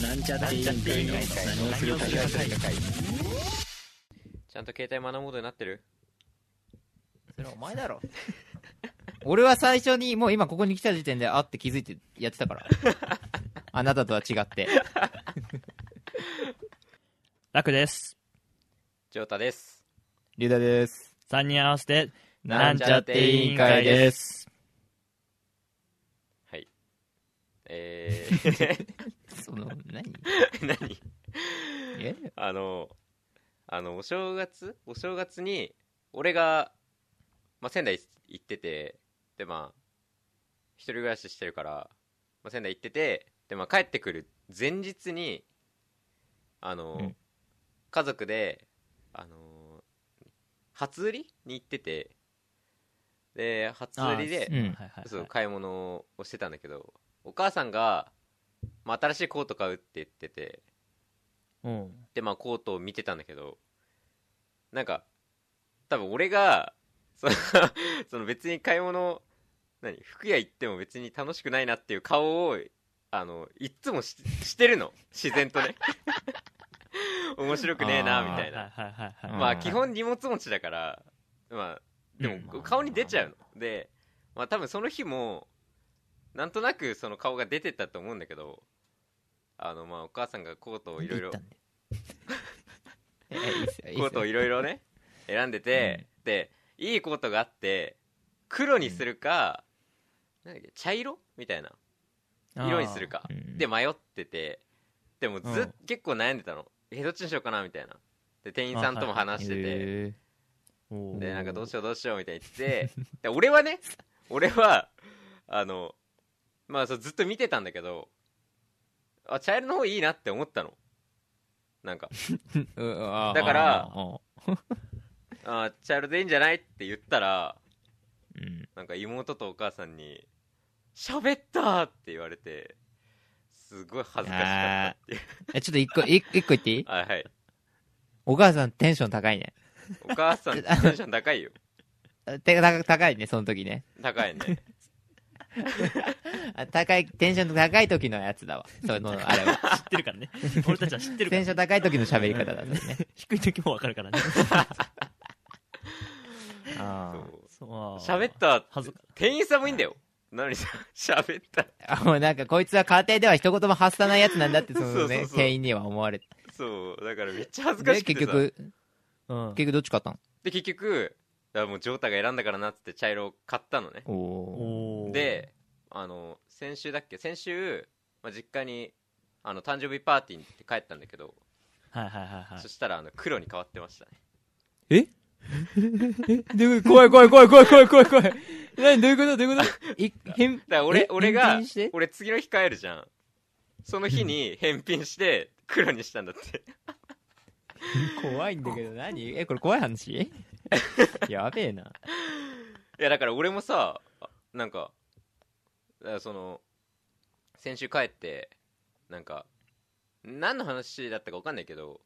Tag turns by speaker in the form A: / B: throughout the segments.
A: なんちゃって委員会の何をするか会
B: ちゃんと携帯マナーモードになってる
C: それお前だろ。
D: 俺は最初に、もう今ここに来た時点で、あって気づいてやってた から。あなたとは違って。
E: 楽です。
B: ジョータです
D: リュウダです。
E: 3人合わせて、。
D: なん
B: ちゃって委員会
D: です
B: えー
D: その、何
B: 何
D: え
B: あのあのお正月お正月に俺が、まあ、仙台行っててでまあ一人暮らししてるから、まあ、仙台行っててで、まあ、帰ってくる前日にあの、
E: うん
B: 家族であの初売りに行っててで初売りで
D: う、ん。
E: はいはい
B: そう買い物をしてたんだけどお母さんが、まあ、新しいコート買うって言ってて
E: うん。
B: でまあコートを見てたんだけどなんか多分俺がその その別に買い物何服屋行っても別に楽しくないなっていう顔をあのいっつもししてるの自然 とね面白くねえなみたい
E: は
B: な
E: いはいはいはい。
B: ま
D: う
B: あ
D: ん
B: 基本荷物持ちだからまあで
E: う
B: も
D: ん
B: 顔に出ちゃうのでまあ多分その日もなんとなくその顔が出てたと思うんだけどあのまあお母さんがコートをいろいろ
D: 言ったんでええいいっすよいいっす
B: コ
D: よ
B: ートをいろいろね選んでて、でいいコートがあって黒にするか、なんだっけ茶色みたいな色にするか、
D: うん
B: で迷っててでもず、っ
E: うん
B: 結構悩んでたのえどっちにしようかなみたいなで店員さんとも話してて、
D: へ
E: あー。おー
B: でなんかどうしようどうしようみたいに言っててで俺はね俺はあのまあそうずっと見てたんだけどあ茶色の方いいなって思ったのなんか
D: ーうんあー
B: だから
D: あー
B: あー茶色でいいんじゃないって言ったら
D: うん
B: なんか妹とお母さんに「喋った!」って言われてすごい恥ずかしかったっていう
D: えちょっと一個、一個一個言っていい
B: あはい
D: お母さんテンション高いね。
B: お母さんテンション高いよ
D: てか、高いね、その時ね。
B: 高いね
D: あ高い、テンション高い時のやつだわ。その、あれは。
E: 知ってるから ね。俺たちは知ってるか
D: テンショ
E: ら。
D: ン高い時の喋り方だったね。
E: 低い時もわかるからね。
D: あ
B: そう
E: そう
B: 喋ったって
E: 恥ずか
B: 店員さんもいいんだよ何さ喋った
D: あ。もうなんか、こいつは家庭では一言も発さないやつなんだって、そ
B: そ
D: の
B: うそう
D: ね、
B: そう
D: 店員には思われて。
B: そうだからめっちゃ恥ずか
D: で、
B: しく
D: 結
B: てさ
D: 局、
E: うん。
D: 結局どっち買ったの
B: で結局だからもうジョータが選んだからなっつって茶色を買ったのね
D: おー。
E: おー、
B: であの先週だっけ先週、まあ、実家にあの誕生日パーティーに行って帰ったんだけど、
E: はいはいはいはい
B: そ。したらあの黒に変わってましたね
E: で怖い怖い怖い怖い怖い怖い怖い。何どういうことどういうこと
D: い、 変、
B: だから俺
D: え
B: 俺が
D: 返品して
B: 俺次の日帰るじゃんその日に返品して黒にしたんだって
D: 怖いんだけど、何え、これ怖い話 やべえな。
B: いやだから俺もさあなんかだからその先週帰ってなんか何の話だったか分かんないけど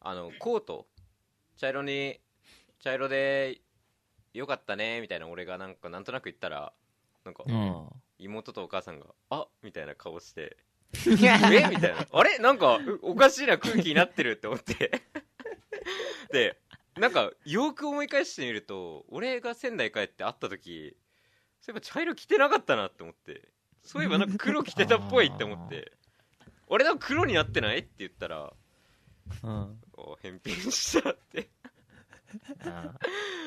B: あのコート茶色に茶色でよかったねみたいな俺がなんかなんとなく言ったらなんか
D: うん。
B: 妹とお母さんが「あみたいな顔 して
D: いや
B: えみたいな。あれなんか、うおかしいな空気になってるって思って。 で、なんか、よく思い返してみると、俺が仙台帰って会った時、そういえば茶色着てなかったなって思って。そういえばなんか黒着てたっぽいって思って。俺なんか黒になってないって言ったら、
E: うん。
B: お返品したって。
D: あー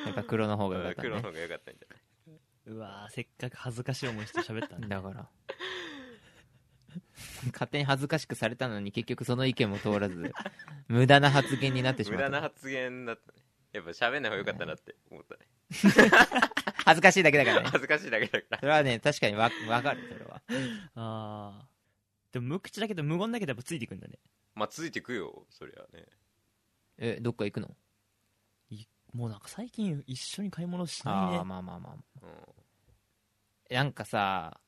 D: やっぱ黒の方がよかった
B: 黒の
D: ね。
B: 方が良かったみたいう
E: わーせっかく恥ずかしい思いして喋ったんだ。
D: だから。勝手に恥ずかしくされたのに結局その意見も通らず、無駄な発言になって
B: な。
D: し
B: 無
D: まった。
B: 駄な発言だったね。やっぱ喋んない方が良かったなって思ったね。
D: 恥ずかしいだけだからね。
B: 恥ずかしいだけだから。
D: それはね、確かにわ、わかる、それは。
E: あー。でも無口だけど無言だけどやっぱついてくんだね。
B: まあ、ついてくよ、そりゃね。
D: え、どっか行くの
E: もうなんか最近一緒に買い物しない
D: ああ、
E: ね。
D: まあまあまあ
B: う
D: まあ。なんかさ、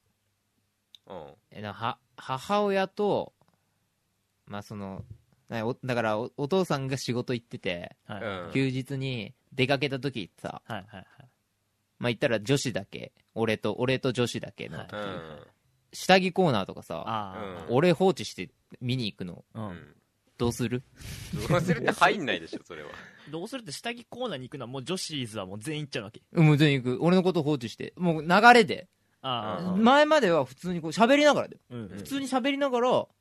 B: ん。うん。
D: えなは母親と、まあその、なおだからおお父さんが仕事行ってて、
E: はい
B: うん
E: はい
D: 休日に出かけた時さ、
E: はいはい。
D: まあ言ったら女子だけ、俺と、俺と女子だけの、
E: はい
B: うん。
D: 下着コーナーとかさ、
E: あ
B: うん
D: 俺放置して見に行くの、
E: あ、う
B: うんん
D: どうする
B: どうするって入んないでしょそれは
E: どうするって下着コーナーに行くのはもう女子ーズはもう全員行っちゃうわけ
D: うん、もう全然行く。俺のこと放置して。もう流れで。
E: ああ、
B: うん
D: 前までは普通にこう喋りながらだよ。
E: うん
B: うん
D: 普通に喋りながら、そ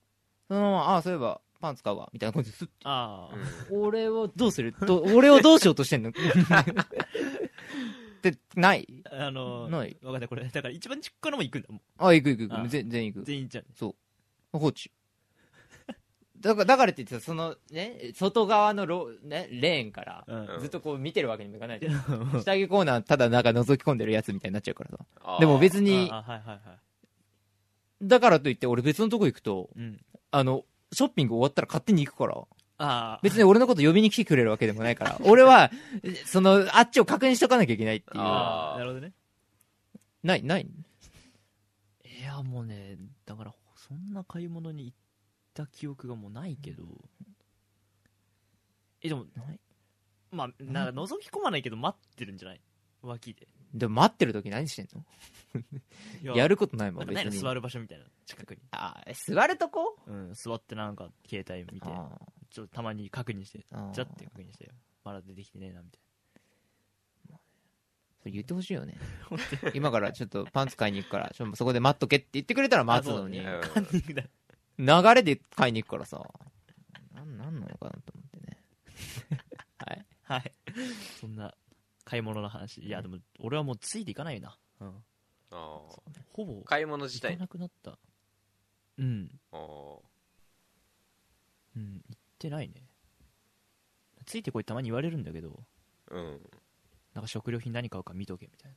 D: のまま、ああ、そういえばパンツ買うわ、みたいな感じです。
E: ああ、
B: う
D: 俺をど うすると、俺をどうしようとしてんの って、ない
E: あのー、
D: ない
E: 分かったこれだから一番ちっこいのも行くんだも
D: あ、行く行く行
E: あ
D: く。全然行
E: う
D: く。
E: 全員行っちゃう
D: 放置。 だから、だからって言ってさ、そのね、外側のロ、ね、レーンから、
E: うん
B: うん
D: ずっとこう見てるわけにもいかないじ ゃん。 下着コーナー、ただなんか覗き込んでるやつみたいになっちゃうからさ。
B: ん
D: でも
B: に
D: 別に
E: あ、あはいはいはい
D: だからといって俺別のとこ行くと、
E: うん
D: あの、ショッピング終わったら勝手に行くから、
E: ああ
D: 別に俺のこと呼びに来てくれるわけでもない から、俺は、その、あっちを確認しとかなきゃいけないっていう。
B: あ
E: ああなるほどね
D: ない、ない。
E: いやもうねだからそんな買い物に行った記憶がもうないけどえでも
D: ない
E: まあなんか覗き込まないけど待ってるんじゃない脇で
D: でも待ってる時何してん
E: い
D: のや
E: る
D: ることないも
E: なんか
D: ん、別
E: ないの
D: に。
E: 座る場所みたいな近くに、
D: あー座るとこ
E: うん、座ってなんか携帯見て
D: あ
E: ちょっとたまに確認して
D: ーあー
E: じゃって確認してまだ出てきてねえなみたい
D: それ言ってほしい よね。今からちょっとパンツ買いに行くから、ちょそこで待っとけって言ってくれたら
E: な
D: 待つのに、
E: あ
B: ね
E: そうだねだ
D: 流れで買いに行くからさ、なんなんなのかなと思ってね。
E: はいそんな買い物の話いやでも俺はもうついていかないな、うん、ほぼ
B: 買い物自
E: 行か
B: 体
E: なくなったうん
B: あー
E: うん行ってないねついてこいたまに言われるんだけど
B: うん
E: なんか食料品何買うか見とけみたいな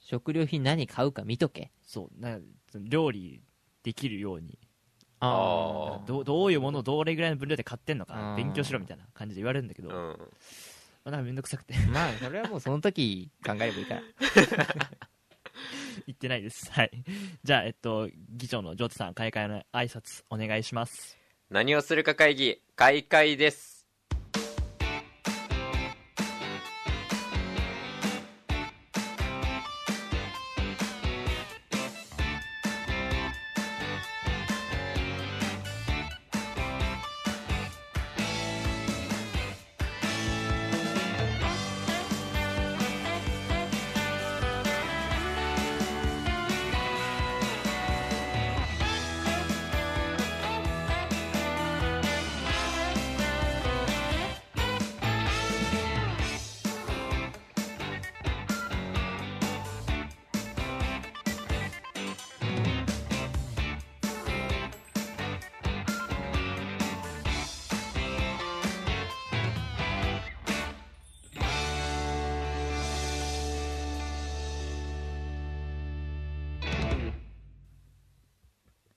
D: 食料品何買うか見とけ。
E: そうなんかその料理できるように
B: あ
E: なんかどうどういうものをどれぐらいの分量で買ってんの
D: あ
E: か
D: ー
E: 勉強しろみたいな感じで言われるんだけど、
B: う
E: ま
B: ん
E: あ、なんかめんどくさくて
D: まあ、それはもうその時考えればいいから。
E: 言ってないですはいじゃあえっと議長のジョータさん開会の挨拶お願いします
B: 何をするか会議開会です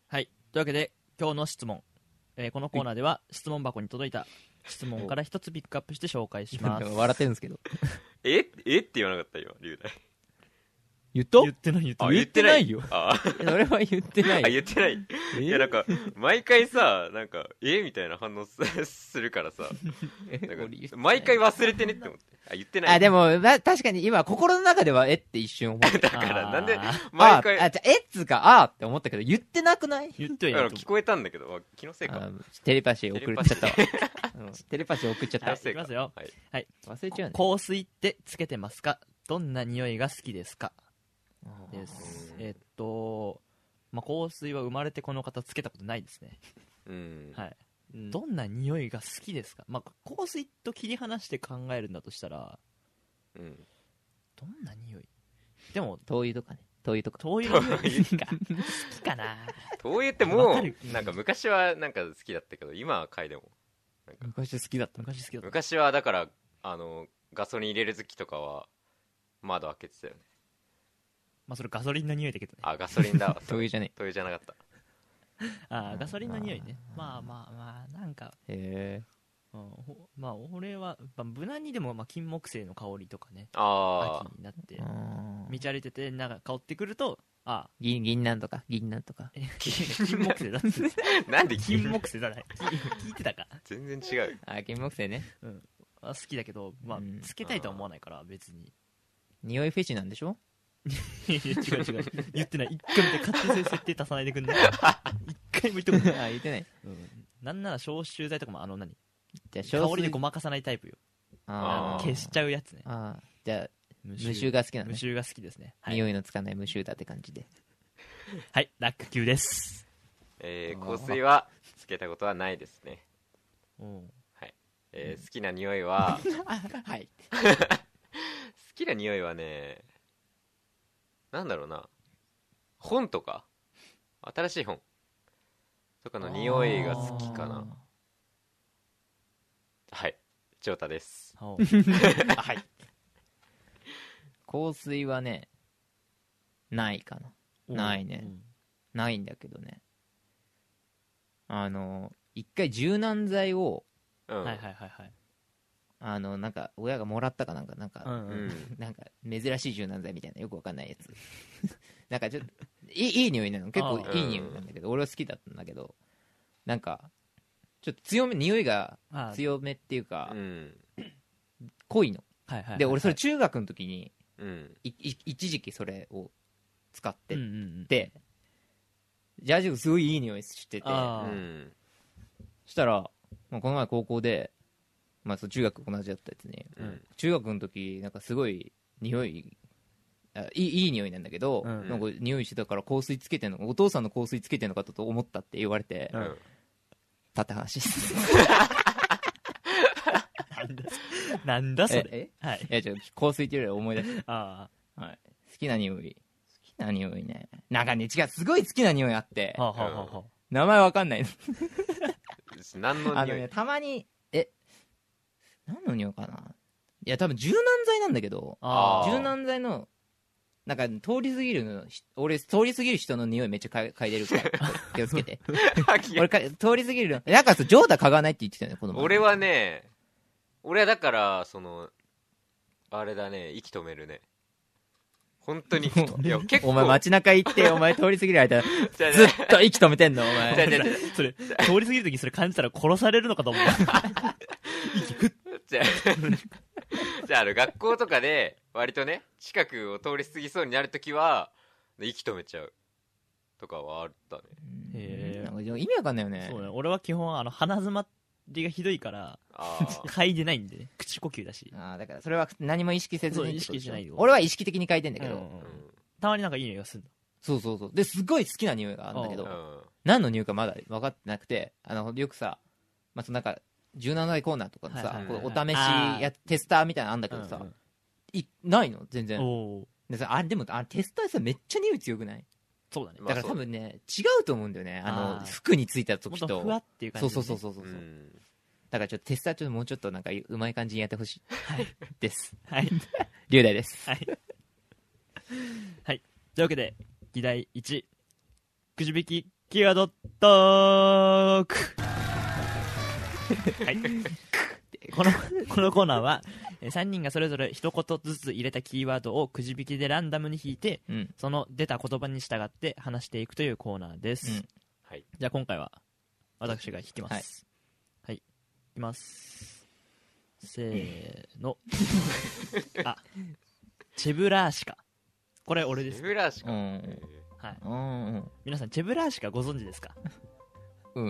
E: はいというわけで今日の質問、えーこのコーナーでは質問箱に届いた質問から一つピックアップして紹介し ます
D: 笑ってるんですけど。
B: ええって言わなかった今龍大
D: 言った
E: 言ってない言って
B: あ
E: ない
D: 言ってない よ
B: あー
D: それは言ってな
B: あ
D: い。
B: 言ってない
D: え
B: いやなんか毎回さなんかえみたいな反応す するからさ
D: え
B: なんか
D: 俺言ってない
B: 毎回忘れてねって思ってあ言ってない
D: あ、でも、な確かに今、心の中では、えって一瞬思った。
B: だからなんで
E: あ
B: 毎回
D: あ、あじゃあえっつうか、あーって思ったけど、言ってなくない
E: 言ってはい
B: だ
E: ないと
B: から
E: 思
B: 聞こえたんだけどあ気のせい
D: あ
B: か
D: テレパシー送っちゃったわ。うんテレパシー送っちゃっ
E: うはい
D: た
E: い。きますよ
B: はい
D: 忘れちゃうね。
E: 香水ってつけてますかどんな匂いが好きですかです
B: うん
E: えっと、まあ、香水は生まれてこの方つけたことないですね
B: うん
E: はい
D: うん
E: どんな匂いが好きですか、まあ、香水と切り離して考えるんだとしたら
B: うん
E: どんな匂いでも
D: 灯油とかね。灯油とか。
E: 灯油の匂いか好きかな
B: 灯油って
E: わ
B: も
E: かる
B: うなんか昔はなんか好きだったけど今は買いでも
D: 昔好きだった。
E: 昔好きだった
B: 昔はだからあのガソリン入れる時とかは窓開けてたよね
E: まあそれガソリンの匂いだけどね
B: あガソリ ンだ
D: 灯油じゃね
B: 灯油じゃなかった
E: あーガソリンの匂いねまあまあまあなんか、
D: え。へ
E: うんほまあ俺は、まあ、無難にでもまあ金木犀の香りとかね
B: あ
E: 秋になって
D: え。あー
E: 道歩いててなんか香ってくるとあ
D: 銀、銀なんとか、銀なんと か。
E: え金木犀だって
B: あなんで
E: 金
B: 金
E: 木犀じゃないき聞いてたか、
B: 全然違う
D: あー、金木犀ね。
E: うん、あ好きだけどまあ
D: うん
E: つけたいとは思わないから別に
D: 匂いフェチなんでしょ
E: いや違う違う言ってない一回も言って勝手にそういう設定足さないでくん ない一回も言ってこない
D: あ、言ってない。
E: なんなら消臭剤とかもあの何
D: じゃ
E: 香
D: あ、消
E: りで
D: 水
E: ごまかさないタイプよ
B: あー
E: 消しちゃうやつね
D: あーあー。じゃあ、
E: 無
D: 無臭が好きなの
E: 無
D: ね。
E: 臭が好きですねはい、
D: 匂いのつかない無臭だって感じで。
E: はい、ラック級です
B: えー、香水はつけたことはないですね、
E: うん
B: えー、好きな匂 いは好
D: はい。
B: きな匂いはねなんだろうな本とか新しい本とかの匂いが好きかなはい翔太です
E: あ
D: はい。香水はね、ないかな。
E: ー
D: ないね
E: うん
D: ないんだけどね。あの、一回柔軟剤を、
B: うん、
E: はいはいはいはい
D: あの、なんか、親がもらったかなんか、なんか、
E: うん
B: う
E: うん
B: ん
D: なんか、珍しい柔軟剤みたいな、よくわかんないやつ。 なんか、ちょっと、いいいい匂いなの。結構
E: あ
B: ー
D: いい匂いなんだけど、俺は好きだったんだけど、なんか、ちょっと強め、匂いが
E: あー
D: 強めっていうか
B: う、ん
D: 濃いの。
E: はいはいはいはい
D: で、俺それ中学の時に、
B: うん
D: いい一時期それを使って
E: うんうんうん
D: て、ジャージーがすごいいい匂いしてて、
E: あ
B: う
E: ー
B: ん
D: したら、まあ、この前高校で、まあ、そう中学同じだったやつね、
B: うん
D: 中学の時なんかすごい匂いあいいいい匂いなんだけど、
E: うん
D: なんか匂いしてたから香水つけてんのお父さんの香水つけてんのかと思ったって言われて、
E: う
B: うんん
D: たって話です
E: なんだそれ
D: え
E: はい
D: いやちょっと香水っていうよりは思い出した
E: あ
D: 好きな匂い好きな匂いねなんかね違うすごい好きな匂いあって
E: ーはあはあはあは
D: 名前わかんないの
B: 何の
D: あの
B: 匂
D: ね
B: い
D: たまにえ何の匂いかないや多分柔軟剤なんだけど
E: あ
B: あー
D: 柔軟剤のなんか通り過ぎるのひ俺通り過ぎる人の匂いめっちゃ嗅い嗅いでるから 気をつけて俺か通り過ぎるのなんかそうジョーダ嗅がないって言ってたよねこの前
B: 俺はね俺はだからそのあれだね息止めるね本当にいや結構
D: お前街中行ってお前通り過ぎる間ず
B: じゃあ
D: っと息止めてんのお 前
B: じゃあじゃあじゃ
E: あ
B: あ
E: それ通り過ぎる時にそれ感じたら殺されるのかと思 う
B: じゃあじゃああの学校とかで割とね近くを通り過ぎそうになるときは息止めちゃうとかはあったね
E: へー
D: なんか意味わかんないよね
E: そうね俺は基本あの鼻づまりがひどいから
B: あ ー
E: 嗅いでないんでね口呼吸だし
D: あーだからそれは何も意識せずにってことでしょ
E: そう意識しないよ
D: 俺は意識的に嗅いでんだけど、
E: うんうん
B: う
E: うん
B: ん
E: たまになんかいい匂いがする
D: そうそうそうですごい好きな匂いがあるんだけ
B: う
D: ど
B: ん
D: 何の匂いかまだ分かってなくてあのよくさ、まあ、そのなんか17台コーナーとかのさ、
E: はい
B: はいはいはい
D: こうお試しやテスターみたいなのあんだけど
E: の
D: さ、
E: うん
D: いないの全
E: うんお
D: 然
E: お
D: でさあれでもあれテスターさめっちゃ匂い強くない
E: そうだね
B: まあ
D: だから多
B: そう
D: 分ね、違うと思うんだよねあの
E: あー
D: 服についた
E: もっ
D: 時と
E: とふわっていう感じ
D: そう
E: で
D: そ
E: ね
D: うそうそうそう、
B: うん
D: だからちょっとテスターちょっともうちょっとなんかうまい感じにやってほしいです
E: はい
D: 龍大です
E: はいはいというわけで議題1くじ引きキーワードトークはいこのこのコーナーは3人がそれぞれ一言ずつ入れたキーワードをくじ引きでランダムに引いて
D: うん
E: その出た言葉に従って話していくというコーナーです、
D: うん
B: はい
E: じゃあ今回は私が引きますはい、い、きますせー のあチェブラーシカこれ俺で
B: ビ
E: す、
B: ブラシ
D: う
B: か
D: ん
E: はい、
D: うんうん
E: 皆さんチェブラーシカご存知ですか
D: うん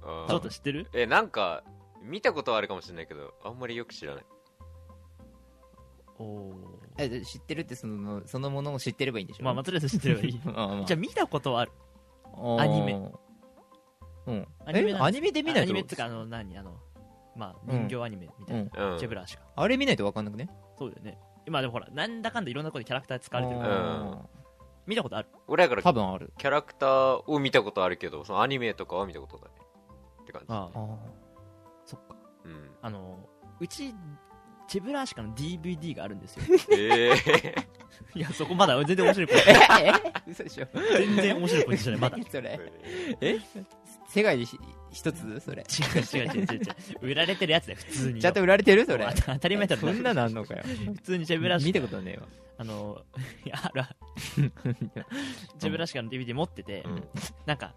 B: あー
E: ちょっと知ってる
B: えなんか見たことはあるかもしれないけどあんまりよく知らない
E: おお
D: えで知ってるってそのそのものを知ってればいいんでしょ
E: まあまあとりあえず知ってればいい
D: あーまあ
E: じゃあ見たことはある
D: ア
E: アニメ。
D: うん。
E: アニメ
D: え
E: なん
D: アニメで見ない
E: ア
D: と
E: ニメってかあの何あのまあ
D: うん
E: 人形アニメみたいな、
B: うん
E: チェブラーシカ
D: あれ見ないと分かんなくね
E: そうだよね今でもほらなんだかんだいろんなことでキャラクター使われてるから
D: あ
E: 見たことある
B: 俺だか
D: ー
B: ら
D: 多分ある。
B: キャラクターを見たことあるけどそのアニメとかは見たことないって感じ
E: あ
D: あ
E: そっか
B: うん
E: あのうちチェブラーシカの DVD があるんです よ
B: ええ
E: いやそこまだ全然面白いこと
D: ええ嘘でしょ
E: 全然面白いことじゃな いまだ違
D: 何それ。
B: ー
D: 世界でひ一つそれ。
E: う違う違う違う違う売られてるやつだよ普通に
D: ちゃんと売られてるそれ。
E: 当たり前だろ
D: そんなのあんのかよ。
E: 普通にチェブラーシ
D: 見
E: カ
D: たことねえわ。
E: あのいやあらチェブラーシカの DVD 持ってて、
B: うん
E: なんか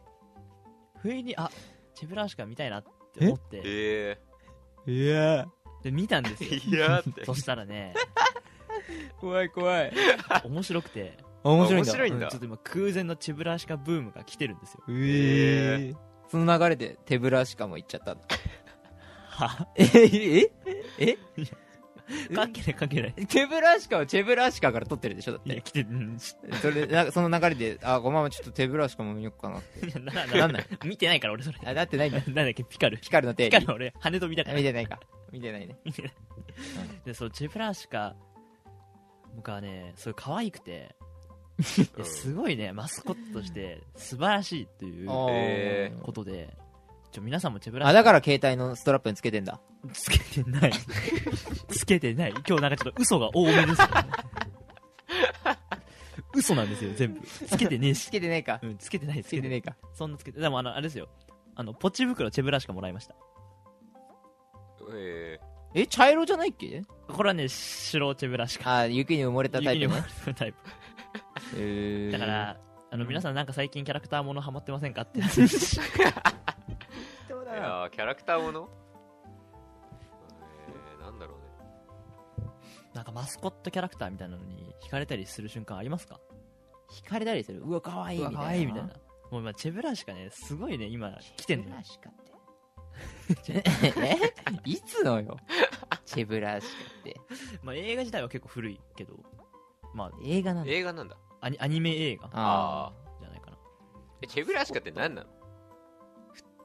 E: 不意にあチェブラーシカ見たいなって思って
B: え
D: いや
E: で見たんですよ
B: ーいやーって
E: そしたらね
D: 怖い怖い。
E: 面白くて、
D: 面白いんだ。
B: 面白い
E: うんんちょ
B: だ
E: っと今空前のチェブラシカブームが来てるんですよ
D: えーその流れで手ぶらしかも行っちゃったんだ。
E: は
D: えええ
E: 関係ない関係ない
D: え手ぶらしかはチェブラシカから取ってるでしょだっ
E: いや
D: て。
E: 来てうんし
D: それ、なその流れで、あ、ごままちょっと手ぶらしかも見よっかなって。
E: いや なな
D: な
E: んんな
D: な
E: いい見てないから俺それ
D: あ、だってないんだ。
E: なんだっけピカル
D: ピカルの定
E: ピ
D: 理
E: カ。ル俺羽飛びだか
D: あ
E: ら
D: 見てないか。見て ないね。
E: でそのチェブラシカ僕はねそれ可愛くて
B: うん
E: すごいねマスコットとして素晴らしいというこ
D: あー
B: え
E: とでちょ皆さんもチェブラシカ
D: あ、だから携帯のストラップにつけてんだ。
E: つけてないつけてない今日なんかちょっと嘘が多めですよ嘘なんですよ全部つけてねえ
D: つ
E: し、
D: けてねえか。
E: うん、つけてないつ
D: つけてねえか。
E: そんなつけてでもあのあれですよあのポチ袋チェブラシカもらいました
B: ーえ
D: え、茶色じゃないっけ
E: これはね白チェブラシカ
D: あ、雪に埋もれたタイプ
E: 雪に
D: ね
E: 埋。まる タイプ
D: へー
E: だか、らあの皆さんなんか最近キャラクターものハマってませんか って話
B: ーいやーキャラクターものえーなんだろうね
E: なんかマスコットキャラクターみたいなのに惹かれたりする瞬間ありますか
D: 惹かれたりする。うわ、かわいい。
E: う
D: みた
E: わ可
D: いな。
E: 愛いみたいなもう今チェブラシカねすごいね今来てんのよ
D: シカって。 えいつのよ。チェブラシカって。
E: まあ、映画自体は結構古いけど、まあ、
D: 映画なんだ。
B: 映画なんだ
E: アニアニメ映画
D: あ
E: じゃないかな。
B: えチェブラシカって何なの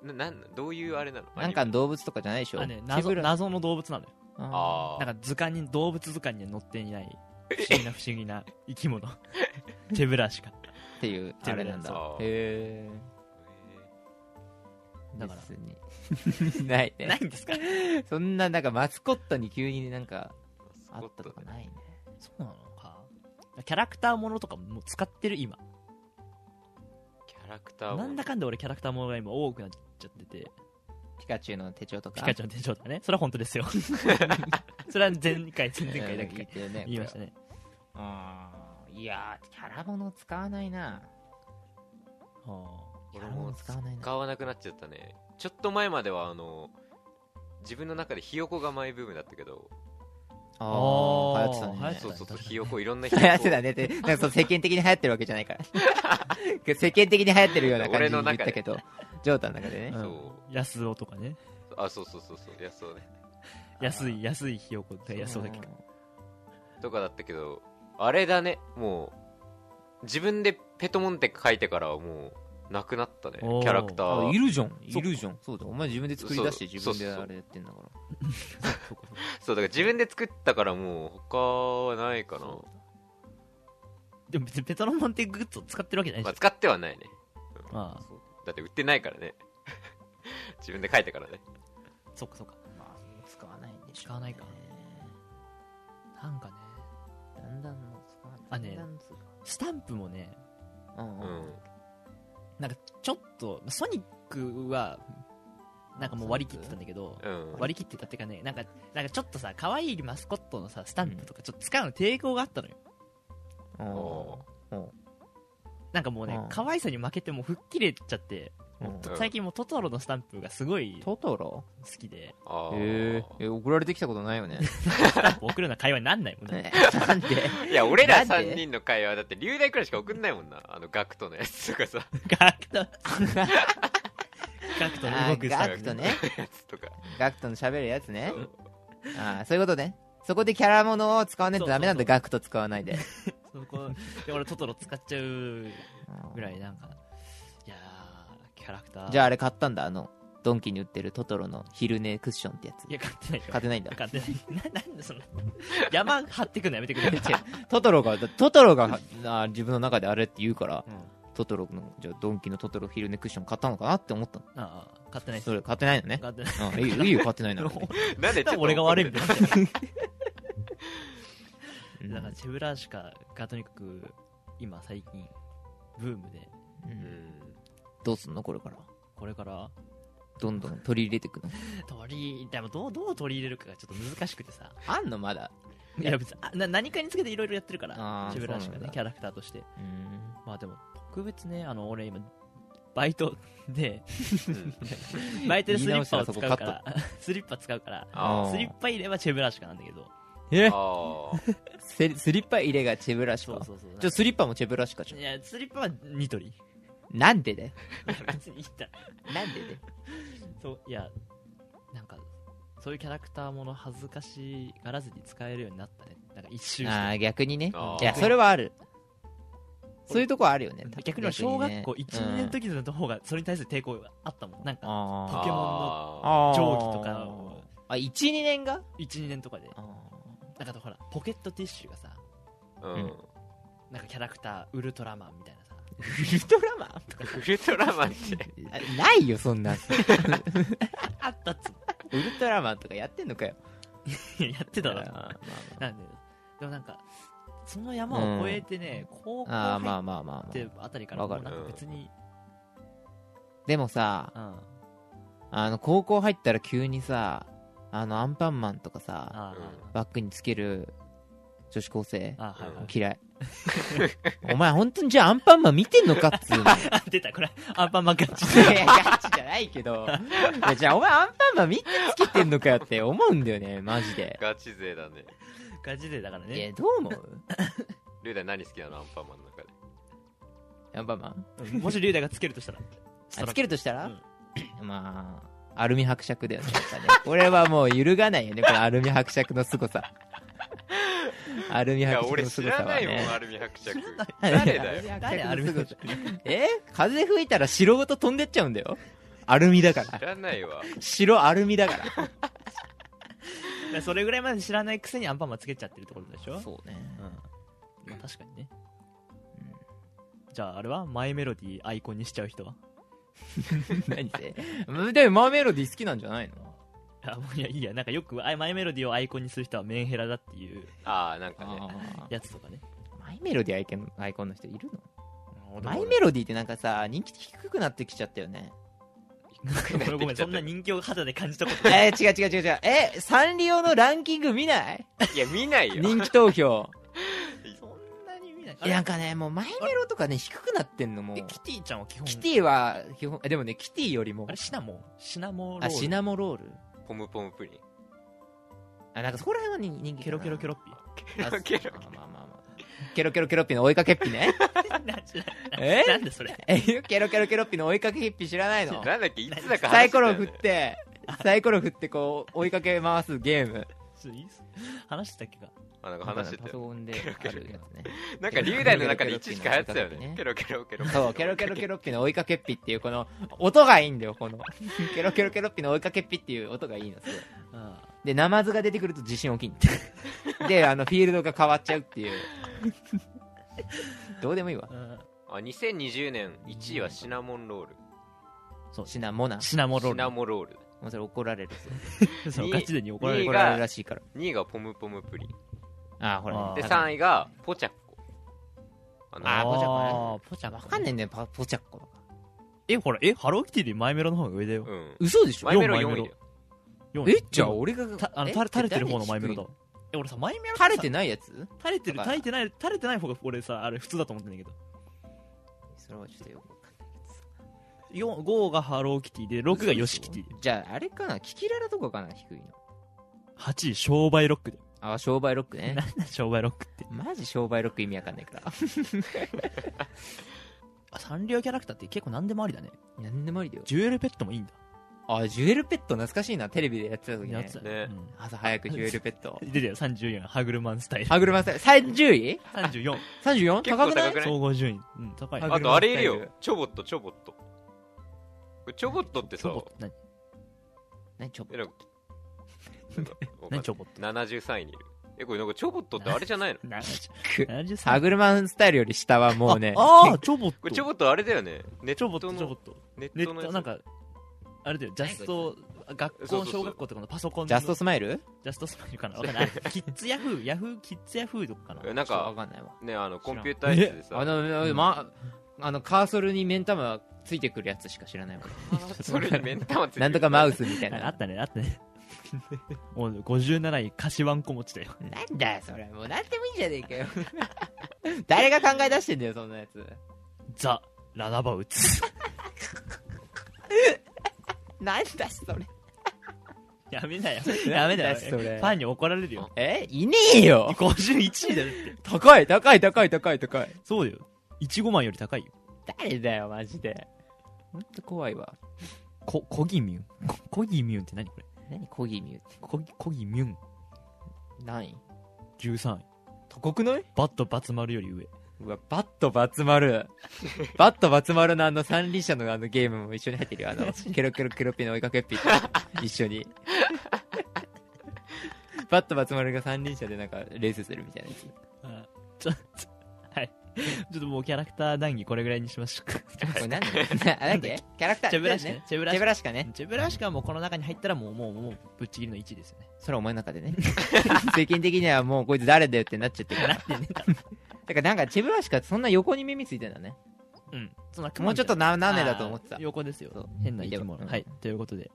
B: ふななんなどういうあれなの
D: あ。なんか動物とかじゃないでしょ。
E: あね、
D: チェブ
E: 謎
D: ラ
E: 謎の動物なのよ。
D: あ
B: あ
E: なん
B: あ
E: か図鑑に、動物図鑑には載っていない、不思議な不思議な生き 物。チェブラシカ。
D: ーっていう、あれなん
B: チェブラシ。
D: だ
B: カ
D: へー
E: だから
D: 別に ないね。
E: ないんですか
D: そんな、なんかマスコットに急になんか、あ
B: マスコッ
D: ったと
B: ト
D: か
B: ね
D: ないね。
E: そうなのか。キャラクターものとかも使ってる今。
B: キャラクターもの
E: なんだかんだ俺キャラクターものが今多くなっちゃってて、
D: ピカチュウの手帳とか。
E: ピカチュウの手帳だね。それは本当ですよ。それは前回、前々回だ
D: うん言
E: け
D: ってるね
E: 言いましたね。
D: あーいやーキャラもの使わないな
E: は
D: キ
B: 俺
D: ャラも
B: も
D: の使わないな
B: 使わなくなっちゃったねちょっと前まではあの自分の中でひよこがマイブームだったけど、
D: あ
E: あー
D: 流行ってたね
E: 流行って
B: そうそうそ
E: 確
B: う
E: かに
B: ひよこいろんなひ
D: 流
B: よ
D: 行ってた
B: こ
D: ねってなんかその世間的に流行ってるわけじゃないから 世間的に流行ってるような感じ
B: 俺
D: に言
B: の
D: っ
B: 中
D: た
B: で
D: けどジョータの中でね、
E: あ。。
B: そうん
E: 安男とかね。
B: あそうそうそうそういやそうね
E: 安い、安いひよこって安男だっけか。
B: とかだったけどあれだねもう自分でペトモンテ書いてからはもうなくなったねキ
E: おー
B: ャラクタ
D: あ
B: ー
D: いるじゃん
E: そ
D: い
E: っか
D: るじゃんそうだお前自分で作り出して
B: そ
D: 自
B: う
D: 分で
B: そうそう
D: あれやってんだから
B: そうだから自分で作ったからもう他はないか な、
E: でも別にペトロモンテグッズを使ってるわけじゃな
B: ま
E: い
B: あ、
E: でし
B: 使ってはないね
E: ょ。まあ、
B: だって売ってないからね 自分で書いてからね
E: そっかそっか。
D: まあ使わないんでしょうね、
E: 使わないかなんかね、
D: だんだんもう使わない
E: あね
D: だんだん使わ
E: スタンプもね、
D: ないうん
B: う
D: うん
B: ん
E: なんかちょっと、ソニックは、なんかもう割り切ってたんだけど、
B: うん
E: 割り切ってたっていうかね、なんか、なんかちょっとさ、可愛いマスコットのさ、スタンプとかちょっと使うの抵抗があったのよ。
D: お
E: なんかもうね
D: うん、
E: 可愛さに負けてもう吹っ切れちゃって、
D: ー
B: うん
E: 最近もうトトロのスタンプがすごい好
D: トトロ
E: きで、
B: あー
D: へええ送られてきたことないよね
E: スタンプ送るような会話になんないもんね。
D: ね なんで
B: いや俺ら
D: なんで
B: 3人の会話だって流大くらいしか送んないもんなあのガクトのやつとかさ
E: ガク ト、ガクトの
D: あ
E: 動
D: ー
E: くスタ
D: ガ
E: ン
D: ク
E: プ。
D: トね
B: やつとか
D: ガクトの喋るやつね
B: そう
D: ああそういうことねそこでキャラものを使わないとダメなんだ
E: そうそう
D: ガクト使わないで
E: そこで俺トトロ使っちゃうぐらいなんかいやーキャラクター
D: じゃあ
E: あ
D: あれ買ったんだあのドンキに売ってるトトロの昼寝クッションってやつ
E: いや買ってないよ
D: 買ってないん
E: 買ってない
D: だ
E: ななんでその山張ってくのやめてく れ
D: トトロがだトトロがあ自分の中であれって言うから、
E: うん
D: トトロのじゃあドンキのトトロ昼寝クッション買ったのかなって思ったの
E: ああ買ってないっす
D: それ買ってないのね
E: 買ってない
D: うんいいよいいよ買ってないな ら
B: なんでちょっと
E: 俺が悪いみたいな
D: うん
E: だからチェブラシカがとにかく今最近ブームで
D: う
B: うんん
D: どうすんのこれから
E: これから
D: どんどん取り入れていくの
E: 取りでもどうどう取り入れるかがちょっと難しくて さ
D: あんのまだ
E: いや別にあな何かにつけていろいろやってるか
D: あ
E: ら
D: ー
E: チェブラシカ
D: そうなん
E: ね
D: だ
E: キャラクターとして
D: うん
E: まあでも特別ねあの俺今バイト で
B: うん
E: バイトでスリッパを使う
D: 言い直したらそこ
E: か
D: カッ
E: ら、スリッパ使うから、
B: あ
E: スリッパ入ればチェブラシカなんだけど、え
B: ああ
D: ススリッパ入れがチェブラシ
E: そ
D: か
E: うそうそう
D: じゃあスリッパもチェブラシかじゃん
E: いやスリッパはニトリ
D: なんでだよ
E: 別にいいんだ
D: なんでだよ
E: そういやなんかそういうキャラクターもの恥ずかしがらずに使えるようになったねなんか一周
D: ああ逆にね
B: あー
D: いやそれはあるそういうとこあるよね
E: 逆に俺小学校
D: 逆
E: 12
D: にね
E: 年の時の方がそれに対する抵抗があったもんなんか
D: あー
E: ポケモン
B: あ
D: あー
E: 定規とかを
D: あ12年が
E: 12年とかで
D: あ
E: なんかほらポケットティッシュがさ
B: ーう
D: うんん
E: なんかキャラクターウルトラマンみたいなさ
D: ーウルトラマン
B: ウルトラマンって
D: あ ないよそ んな
E: あったっつう
D: ウルトラマンとかやってんのかよ
E: のやってた
D: あ
E: な
D: ーまあ
E: なんででもなんかその山を越えてね、高校
D: まああーま
E: 入
D: あまあまあ
E: っ
D: まあ
E: てあたりから
D: わ
E: もう
D: かる
E: なんか別に、
D: でもさ
E: うんあ
D: あの高校入ったら急にさあのアンパンマンとかさ
E: あ
D: バッグにつける女子高生
E: ああはいはい
D: 嫌い お前本当にじゃあアンパンマン見てんのかっつうの い
E: あ出たこれアンパンマンガチ
D: やガチじゃないけどいやじゃあお前アンパンマン見てつけてんのかよって思うんだよねマジで
B: ガチ勢だね
E: ガチでだから
D: いや
E: ね
D: どう思う
B: ルーダー何好きなのアンパンマンの中で
D: アンパンマン
E: うんもし龍大がつけるとしたら
D: あつけるとしたら、
E: うん
D: まあアルミ伯爵だよねやっぱね 俺はもう揺るがないよねこのアルミ伯爵の凄 さアルミ
B: いや
D: 伯爵
B: 俺
D: の
B: 知
D: 凄さ
B: ら
D: は
B: ないも
D: ね
B: んアルミ伯爵誰だよ
E: 誰アルミ伯
D: え風吹いたら城ごと飛んでっちゃうんだよアルミだか
B: 知
D: ら
B: らないわ
D: 城アルミだから
E: いやそれぐらいまで知らないくせにアンパンマンつけちゃってるってことでしょ
D: そうね
E: うんまあ、確かにね、じゃああれはマイメロディーアイコンにしちゃう人は
D: 何せでもマーメロディ好きなんじゃないの
E: あもういやいいやなんかよくあマイメロディーをアイコンにする人はメンヘラだっていう
B: ああなんかね
D: あ
E: やつとかね
D: ーマイメロディアイコンアイコンの人いるのマイメロディってなんかさ人気低くなってきちゃったよね
E: ご めんごめんそんな人気を肌で感じたことない
D: えー、違う違う違う違う。え、サンリオのランキング見ない
B: いや見ないよ
D: 人気投票。
E: そんなに見ない
D: いやなんかね、もうマイメロとかね、低くなってんの、もう
E: え。キティちゃんは基本
D: キティは、基本、えでもね、キティよりも
E: あれ、シナモンシナモンロール
D: あ、シナモロール。
B: ポムポムプリン
D: あ、なんかそこら辺は人人気
E: ケロケロケ
D: ロ。
E: ロッピー
D: あ
B: ロケロ
D: まあまあまあまあ。 ケロケロケロッピーの追いかけっぴね。
E: なな
D: え
E: なんでそれ
D: え、ケロケロケロッピーの追いかけっぴ知らないの
B: なんだっけいつだか
D: サ
B: 話
D: イ
B: してた
D: コ
B: よ
D: ロ
B: ね
D: 振って、サイコロ振ってこう、追いかけ回すゲーム。
E: ちょっといいっす話してたっけか
B: あなんか話してた
D: パソ
B: よ
D: コンであるやつね。
B: なんか龍大の中で1しか流行ってたよねケ
D: ケ
B: ロケロケロ
D: そう、ケロケロケロッピの追いかけっぴっていう、この、音がいいんだよ、この。 ケロケロケロッピの追いかけっぴっていう音がいいの、すごい。
E: あ
D: で、ナマズが出てくると地震起きん ので、あの、フィールドが変わっちゃうっていう。どうでもいいわ
E: あ。うん
B: あ2020年1位はシナモンロール
D: シナモナ。
E: シナモンロー
B: シ
E: ル
B: ナモロール
D: もうそれ怒られるぞ。
E: そう
B: に
E: ガチでに怒られ
B: に
E: る
D: 怒られるらしいから。
B: 2位がポムポムプリン
D: あー、ほら、
E: あ
D: ね。
B: で
E: ー
B: 3位がポチャッコあの
D: あー、ポチャコね。
E: ポチャ
D: わかんねえんだよ、パポチャッコとか。
E: えほらえハローキティでマイメロの方が上だよ
B: うん
D: 嘘でし
B: マイメロ
E: 四マイメ
B: 4位
E: ロ
B: だよ
E: 四
D: え、じゃあ俺が、
E: たあの
D: え
E: 垂れ垂れてる方のマイメロだ
D: 誰
E: わえ俺さマイメロ
D: 垂れて
E: る
D: ないやつ
E: 垂れてる
D: とか
E: 垂れてない垂れてない方が俺さあれ普通だと思ってんだけど
D: それはちょっとよくわかんない
E: 四5がハローキティで6がヨシキティ
D: じゃあ、あれかな、キキララとかかな、低いの。
E: 8位商売ロックで
D: あー、商売ロックね。
E: 商売ロックって
D: マジ商売ロック意味わかんないから。
E: あサンリオキャラクターって結構何でもありだね
D: なんでもありだよ。
E: ジュエルペットもいいんだ
D: あ、ジュエルペット懐かしいな、テレビでやってた時
E: や
D: ね
E: つ。だ
B: ね
E: うん
D: 朝早くジュエルペット。
E: 出てる34ハグルマンスタイル
D: 歯車さん、30位
E: 34
D: ?34?
B: 結構
D: 高くな
B: 高
D: い
B: くない
E: 総合順位うん高い
D: ハ
B: あ
D: グル
B: とあれいる
D: マンスタイ
B: よ
D: ル
B: チョボットチョボットチョボットって
E: チ
B: さ
E: ョボ何
D: 何ちょっと
B: えなんかなんかわかんない
E: 何チョボット
B: 73位にいるえこれなんかチョボットってあれじゃないの
E: 73
D: 歯車スタイルより下はもうね、
E: ああチョボッ
B: こ
E: ト
B: れチョボットあれだよねネッ
E: チ
B: ト
E: ョボッ
B: の
E: トチョボット
B: ネッ
E: ネ
B: トの
E: ッ
B: や
E: ト
B: つ
E: なんかあれだよジャスト学
B: そうそう
E: 校
B: そう
E: 小学校とかのパソコンの
D: ジャストスマイル
E: ジャストスマイルかなわかんないあれキッズヤフーヤフーキッズヤフーとかかな
B: えなん
D: ちょっとわ
B: か
D: かんないわ。
B: ねあのコンピューターやつでさ
D: あの、ま、あの、カーソルに目ん玉ついてくるやつしか知らないわ。
B: それに目ん玉ついてる
D: なんとかマウスみたい
E: なんかあ
D: な
E: っ。たねあったねもう57位菓子ワンコ持ちだよ
D: なんだよ、それ。もうなんでもいいじゃねえかよ。 誰が考え出してんだよ、そんなやつ。
E: ザ・ラナバウツ
D: なんだそれ。
E: やめなよ。やめなよ。
D: なんだそれ
E: ファンに怒られるよ。
D: えいねえよ
E: 51位だよ。
D: 高い高い高い高い高い
E: そうだよ。いちごマンより高いよ。
D: 誰だよマジでほんと怖いわ
E: こ、こぎみゅん。こ、こぎみゅんって何これ
D: 何コギミューって
E: こぎ、こぎみゅん。
D: 何位
E: 13位。
D: 高くない
E: バットバツ丸より上。
D: うわバットバツ丸バットバツ丸のあの三輪車のあのゲームも一緒に入ってるよあ のケロケロケロピの追いかけっぴと一緒にバットバツ丸が三輪車でなんかレースするみたいなやつ
E: あちょ、ちょ、はい。ちょっともうキャラクター談義これぐらいにしましょうか。
D: これ何ななんでキャラクター
E: チェブラシ
D: ね
E: ね。チェブラ
D: 手
E: シ
D: ぶ。らしかね
E: チェブラシカもこの中に入ったらもう、もう、もう、ぶっちぎりの1位ですよね。
D: それはお前の中で ね世間的にはもうこいつ誰だよってなっちゃってるからだからなんかチェブラシカってそんな横に耳ついてんだね
E: うん。そんな
D: もうちょっとな斜めだと思ってた
E: あー横ですよ
D: そう。
E: 変な生き
D: 見て
E: 物。
D: も
E: はい。ということで、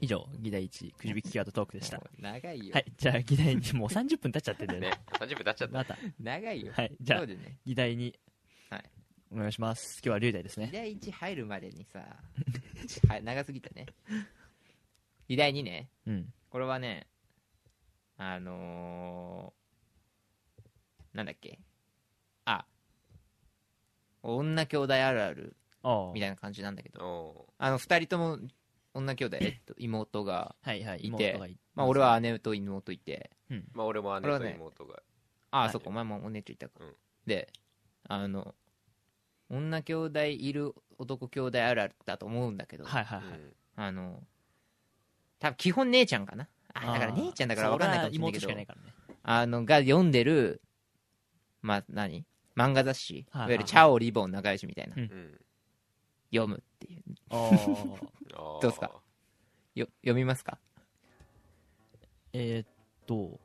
E: 以上、議題1、くじ引きカードトークでした
D: も。う長いよ
E: はい。じゃあ、議題2、もう30分経っちゃってんだよね
B: ね。30分経っちゃった
E: また。
D: 長いよ
E: はい。じゃあ
D: そう、でね
E: 議題2。
D: はい。
E: お願いします。今日は龍大です
D: 議
E: ね。
D: 題1入るまでにさはい長すぎたね議題2ね
E: うん。
D: これはねあのー、なんだっけあ女兄弟あるある
E: ああ。
D: みたいな感じなんだけど
B: お
D: あの2人とも女兄弟、えっと、妹が
E: はいはい。
D: いて
E: 妹がい
D: まあ俺は姉と妹いて
B: ーまあ俺も姉と妹が
D: ああ、
E: はい
D: そっかお前もお姉ちゃんいたか、
B: うん
D: であの女兄弟いる男兄弟あるあるだと思うんだけど、
E: はいはいは
B: う
E: い。
B: ん
D: あの多分基本姉ちゃんかなあだから
E: あー
D: 姉ちゃんだから分かんないかもしれないけ
E: そう俺は妹しか
D: ど
E: いないからね。
D: あのが読んでるまあ何漫画雑誌、
E: はいはい
D: いわゆる「チャオリボン仲良し」みたいな、
E: うん
B: うん
D: 読むっていう
E: ああ。
B: あー
D: どうっすかよ読みますか
E: えーっと、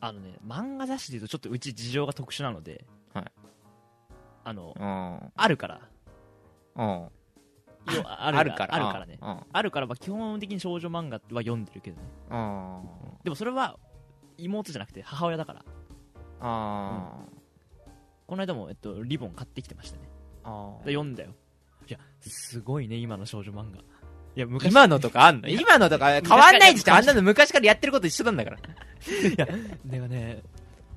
E: あのね、漫画雑誌で言うとちょっとうち事情が特殊なので、
D: はい
E: あの、
D: うんうん
E: あるから、
D: あ
E: よあ
D: るから
E: あるからね。
D: うんうん
E: あるから、まあ基本的に少女漫画は読んでるけどね。
D: あ
E: でもそれは、妹じゃなくて母親だから。
D: あ
E: この間も、えっと、リボン買ってきてましたね。
D: あ
E: で読んだよ。いや、すごいね、今の少女漫画。いや、昔、
D: 今のとかあんの 今のとか変わんないでしょあんなの昔からやってること一緒なんだから
E: でもね、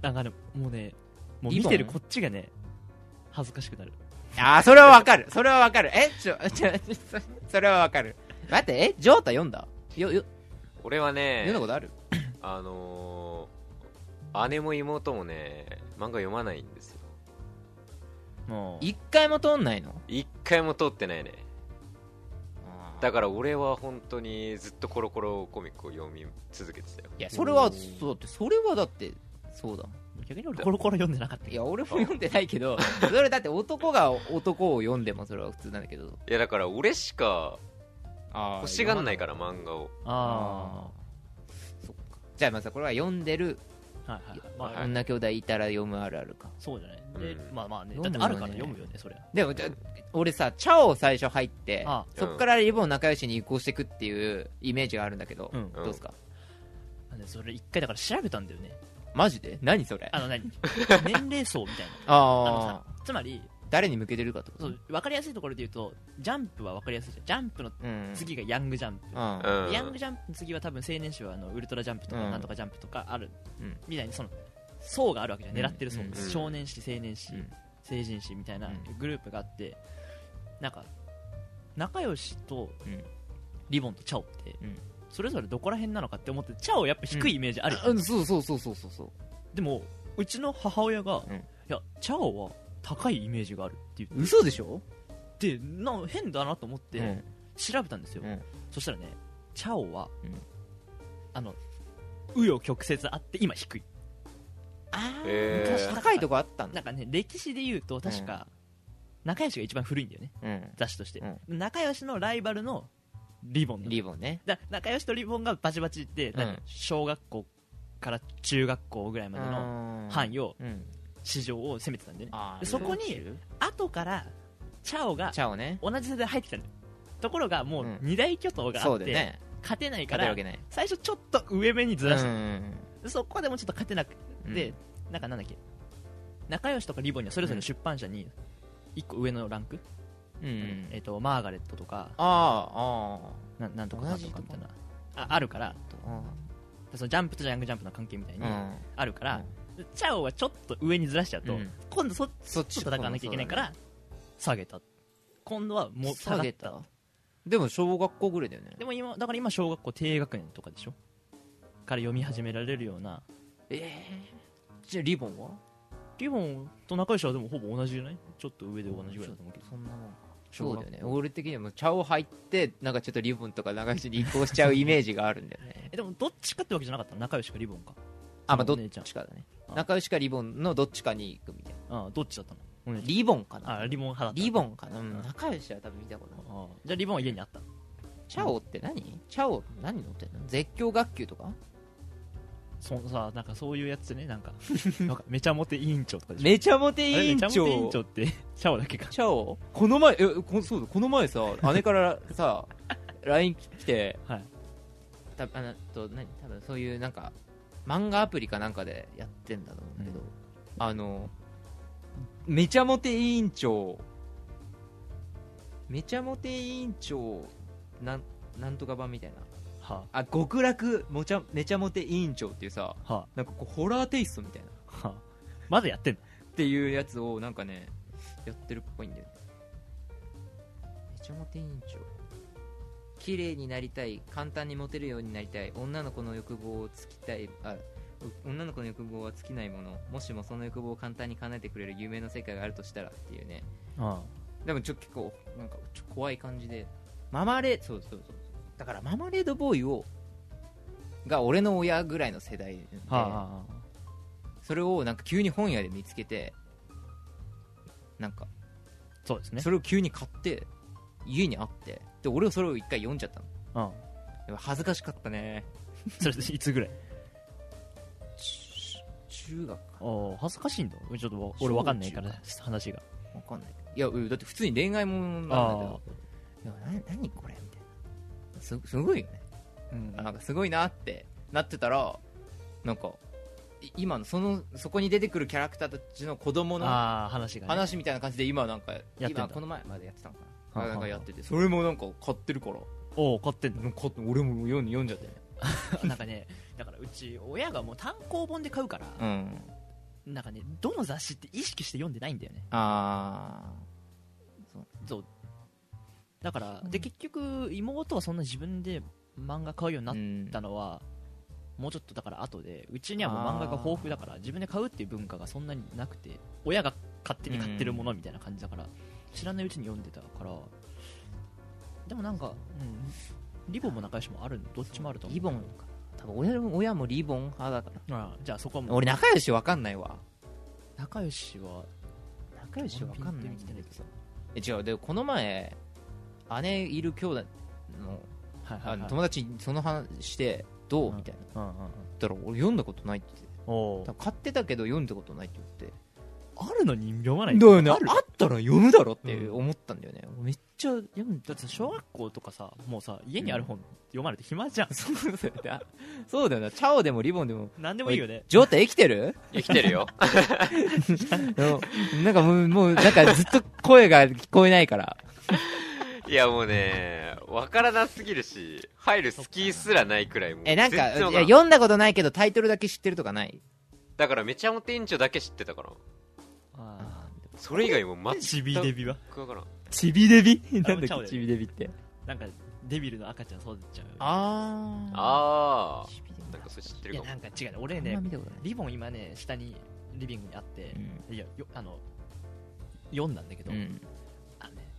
E: なんかね、もうね、もう見てる
D: リボン
E: こっちがね、恥ずかしくなる。
D: ああそれはわかるそれはわかるえちょちょちょそれはわかる待ってえジョータ読んだよよ
B: 俺はね
D: 読んだことある
B: あのー姉も妹もね漫画読まないんですよ
E: もう、
D: 一回も通んないの
B: 一回も通ってないねだから俺は本当にずっとコロコロコミックを読み続けてたよ
D: いやそれはそうだってそれはだってそうだも
E: 逆に俺コロコロ読んでなかった
D: んいや俺も読んでないけど それだって男が男を読んでもそれは普通なんだけど
B: いやだから俺しか
D: あ
B: 欲しがんないから漫画を
E: あ
D: そっかじゃあまずこれは読んでる
E: あはいはい、まあ、
B: はい
D: 女兄弟いたら読むあるあるか
E: そうじゃないで、
B: うん
E: まあまあねだっ
D: 読
E: て
D: むよね
E: あるから読むよねそりゃ
D: でもじゃ俺さ「チャオ」最初入って
E: あ
D: そっからリボン仲良しに移行していくっていうイメージがあるんだけど、
E: うん
D: どうですか
E: あのそれ一回だから調べたんだよね
D: マジで何それ
E: あの 何年齢層みたいなあの
D: あ
E: さつまり
D: ー誰に向けてるかってこと
E: そう分かりやすいところで言うとジャンプは分かりやすいじゃんジャンプの
D: うん
E: 次がヤングジャンプ、
D: うん
B: う
E: ヤン
B: ん
E: グジャンプの次は多分青年誌はあのウルトラジャンプとか
D: うん
E: なんとかジャンプとかある、
D: うん
E: みたいにその層があるわけじゃん
D: うん
E: 狙ってる層、
D: うん
E: 少年誌青年誌、
D: うん
E: 成人誌みたいな
D: うん
E: グループがあってなんか仲良しと
D: うん
E: リボンとチャオって、
D: うん
E: それぞれどこら辺なのかって思ってチャオやっぱ低いイメージあるよ、
D: うんそうそうそうそうそうそう
E: でもうちの母親が、
D: うん
E: いやチャオは高いイメージがあるって言っ
D: 嘘でしょ
E: てな変だなと思って、
D: うん
E: 調べたんですよ、
D: うん
E: そしたらねチャオは、
D: うん
E: あの紆余曲折あって今低い
D: あー
B: え
E: 昔
D: 高いとこあったん
E: な
D: だ
E: んかね歴史で言うと確か、仲良しが一番古いんだよね
D: うん
E: 雑誌として、仲良しのライバルのリボンなの
D: リボンね
E: だ仲良しとリボンがバチバチって、
D: うん
E: なんか小学校から中学校ぐらいまでの範囲
D: を
E: を市場を攻めてたんでね
D: あー
E: でそこに後からチャオが
D: チャオね
E: 同じ世代入ってきたんだよところがもう
D: うん
E: 二大巨頭があ
D: そ
E: っ
D: うだ
E: て、
D: よね
E: 勝てないか
D: 勝てる
E: ら
D: わけない
E: 最初ちょっと上目にずらした、
D: う
E: そこでもちょっと勝てなく
D: ん
E: て、なんかなんだっけ仲良しとかリボンにはそれぞれの出版社に1個上のランク、
D: うんうん
E: えっとマーガレットとか
D: あーあ
E: ななんとかなんとかみたいな
D: ー
E: ああるから
D: う
E: そのジャンプとジャングジャンプの関係みたいに
D: ん
E: あるから、チャオはちょっと上にずらしちゃうと、
D: うん
E: 今度そっ
D: そっ
E: ちと戦わなきゃいけないから、下げた今度はもう
D: 下げ
E: 下がった
D: でも小学校ぐらいだよね
E: でも今だから今小学校低学年とかでしょから読み始められるような
D: えーじゃあリボンは
E: リボンと仲良しはでもほぼ同じじゃないちょっと上で同じぐらいだと思うけど
D: そんなもんそうだよね俺的にはもう茶を入ってなんかちょっとリボンとか流しに移行しちゃうイメージがある んだよね
E: えでもどっちかってわけじゃなかったの仲良しかリボンか
D: あまあど
E: お
D: っ
E: 姉ちゃん
D: ちかだね
E: あ
D: 仲良しかリボンのどっちかに行くみたい
E: ああどっちだったのお姉
D: な
E: ち
D: リボンか
E: ゃん
D: な
E: あリボン派だった
D: リボンかな、う
E: うん
D: ん、仲良しは多分見たことない
E: ああじゃあリボンは家にあった
D: チャオって何チャオ何乗ってんの絶叫学級とか
E: そさなんかそういうやつね なんかなんかめちゃモテ委員長とかでしょ
D: めちゃモテ
E: あれ
D: 委員長
E: めちゃモテ委員長って シャオだけか
D: チャオこの前えこそうだこの 前さ姉からさ LINE 来て
E: はい
D: たあのと何多分そういうなんか漫画アプリかなんかでやってんだと思うんだけど、あのめちゃモテ委員長めちゃモテ委員長なんなんとか版みたいな
E: は
D: あ極楽もちゃめちゃモテ委員長っていうさ
E: あは
D: なんかこうホラーテイストみたいな
E: あはあまだやってんの
D: っていうやつをなんかねやってるっぽいんだよねめちゃモテ委員長綺麗になりたい簡単にモテるようになりたい女の子の欲望をつきたいあう女の子の欲望は尽きないものもしもその欲望を簡単に叶えてくれる夢の世界があるとしたらっていうね
E: あ
D: でもちょっと結構なんかちょ怖い感じでママレーそうそうそうだからママレードボーイをが俺の親ぐらいの世代で、
E: あはあはあ
D: それをなんか急に本屋で見つけてなんか
E: そうですね
D: それを急に買って家にあってで俺はそれを一回読んじゃったの
E: ああ
D: でも恥ずかしかったね
E: それいつぐらい
D: ち中学か
E: ああ恥ずかしいんだちょっとわ俺わかんないから話が
D: わかんないいやうんだって普通に恋愛ものなんだけどいやな何これみたいなすすごいよね
E: うん
D: あなんかすごいなってなってたらなんかい今のそのそこに出てくるキャラクターたちの子供の
E: ああ話がね
D: 話みたいな感じで今なんか
E: てんだ
D: 今この前までやってたのか
E: はあ
D: な
E: はあ
D: なんかやっててそれもなんか買ってるから
E: おお買ってんの
D: なんか買って俺も読ん読んじゃって
E: なんかねだからうち親がもう単行本で買うから
D: うん
E: なんかねどの雑誌って意識して読んでないんだよね
D: ああ
E: そうだからで結局妹はそんな自分で漫画買うようになっ
D: っ
E: ったのは、もうちょっとだから後でうちにはもう漫画が豊富だから自分で買うっていう文化がそんなになくて親が勝手に買ってるものみたいな感じだから、知らないうちに読んでたからでもなんか、うん、リボンも仲良しもあるどっちもあると思う
D: リボンか多分親も親もリボン派だから
E: ああじゃあそこはもう
D: 俺仲良しわかんないわ
E: 仲良しは
D: 仲良しわかんな
E: 俺もピ
D: いんだけ
E: ンときてない
D: ど
E: けど
D: え違うでこの前姉いる兄弟の
E: はいは
D: あ
E: いは
D: の
E: い
D: 友達にその話してどう
E: うん
D: みたいな言
E: うんうんうん
D: ったら俺読んだことないって言って
E: お
D: 多
E: ー
D: 分買ってたけど読んだことないって言って
E: あるのに読まない
D: だよねあ
E: ある
D: ったら読むだろって
E: うん
D: 思ったんだよね俺めっちゃ読ん
E: だ
D: だ
E: って小学校とかさもうさ家にある本読まれて暇じゃん、
D: そうだよな そうだよなチャオでもリボンでも
E: なんでもいいよね
D: ジョータ生きてる
B: 生きてるよ
D: うんなんかもう、もう、なんかずっと声が聞こえないから。
B: いやもうねわからなすぎるし入る隙すらないくらいもう
D: え、なんか、
B: 全然わ
D: い
B: ら
D: や
B: ん
D: 読んだことないけどタイトルだけ知ってるとかない
B: だからめちゃモテ委員長だけ知ってたから
E: あ
B: それ以外も
E: あ
B: 全
E: ちびデビは
B: くわからん
D: ちびデビ
E: あ
D: なん
E: もうち
D: だ
E: ゃ
D: っ
E: う
D: け
E: で
D: ちびデビって。
E: なんかデビルの赤ちゃん育てちゃう
D: あ
B: あ
D: ちび
B: あ
D: デ
B: なんかそれ知って
E: い
B: る
E: や
B: かも
E: なんか違うね俺
D: ビ。あん
E: ね
D: ま見たことない。
E: リボン今ね下にリビングにあって、いやよあの読んだんだけど、
D: うん。
E: あのね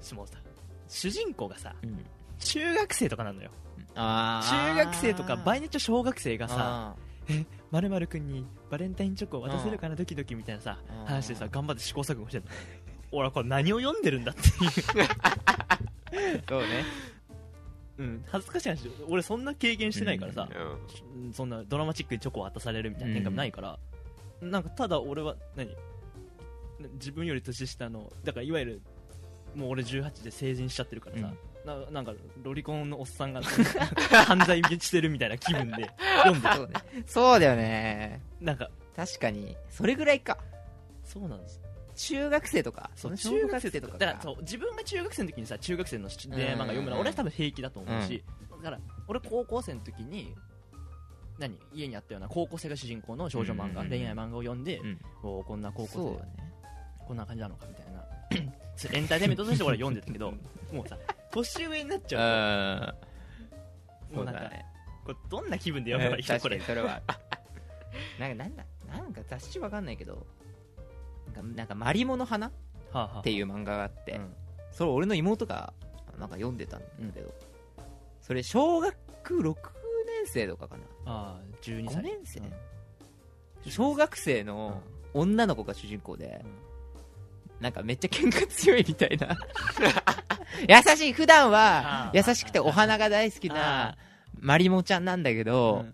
E: そのさ主人公がさ
D: うん。
E: 中学生とかなのよ
D: あ
E: 中学生とか場合
D: イ
E: によっちゃ小学生がさ
D: あ
E: 「まるくんにバレンタインチョコを渡せるかなドキドキ」みたいなさ
D: うん
E: 話でさ頑張って試行錯誤してるの 俺はこれ何を読んでるんだっていう
D: ーそうね。
E: うん恥ずかしい話俺そんな経験してないからさ、
B: うん
E: そんなドラマチックにチョコを渡されるみたいな展開もないから、なんかただ俺は何自分より年下のだからいわゆるもう俺18で成人しちゃってるからさ、ななんかロリコンのおっさん が犯罪してるみたいな気分で読んで
D: そうね。そうだよね。
E: なんか
D: 確かに。それぐらいか。
E: そうなんです
D: 中学生とか
E: そう
D: 小
E: 中学
D: 学
E: 生
D: 生
E: と
D: と
E: か
D: か
E: だからそう自分が中学生の時にさ中学生のし恋愛漫画読むの
D: うん
E: は俺は多分平気だと思うし、だから俺高校生の時に何家にあったような高校生が主人公の少女漫画、
D: うんうんうん
E: 恋愛漫画を読んで、
D: うん
E: おーこんな高校
D: そう
E: 生
D: だね
E: こんな感じなのかみたいな そうエンターテインメントとして俺は読んでたけどもうさ年上になっちゃう
D: あ
E: ともうなんか、
D: そうだね
E: これどんな気分で
D: あ
E: 読めばいいのこ
D: 確か
E: れ
D: にそれは なんかなんだなんか雑誌わかんないけどなんかなんかマリモの花っ
E: はあはあ
D: ていう漫画があって、
E: うん
D: それ俺の妹がなんか読んでたんだけど、それ小学6年生とかかな
E: ああ12歳
D: 5年生
E: うん
D: 小学生の女の子が主人公で、
E: うん
D: なんかめっちゃ喧嘩強いみたいな 優しい普段は
E: あ
D: 優
E: ー
D: しくてお花が大好きなマリモちゃんなんだけど、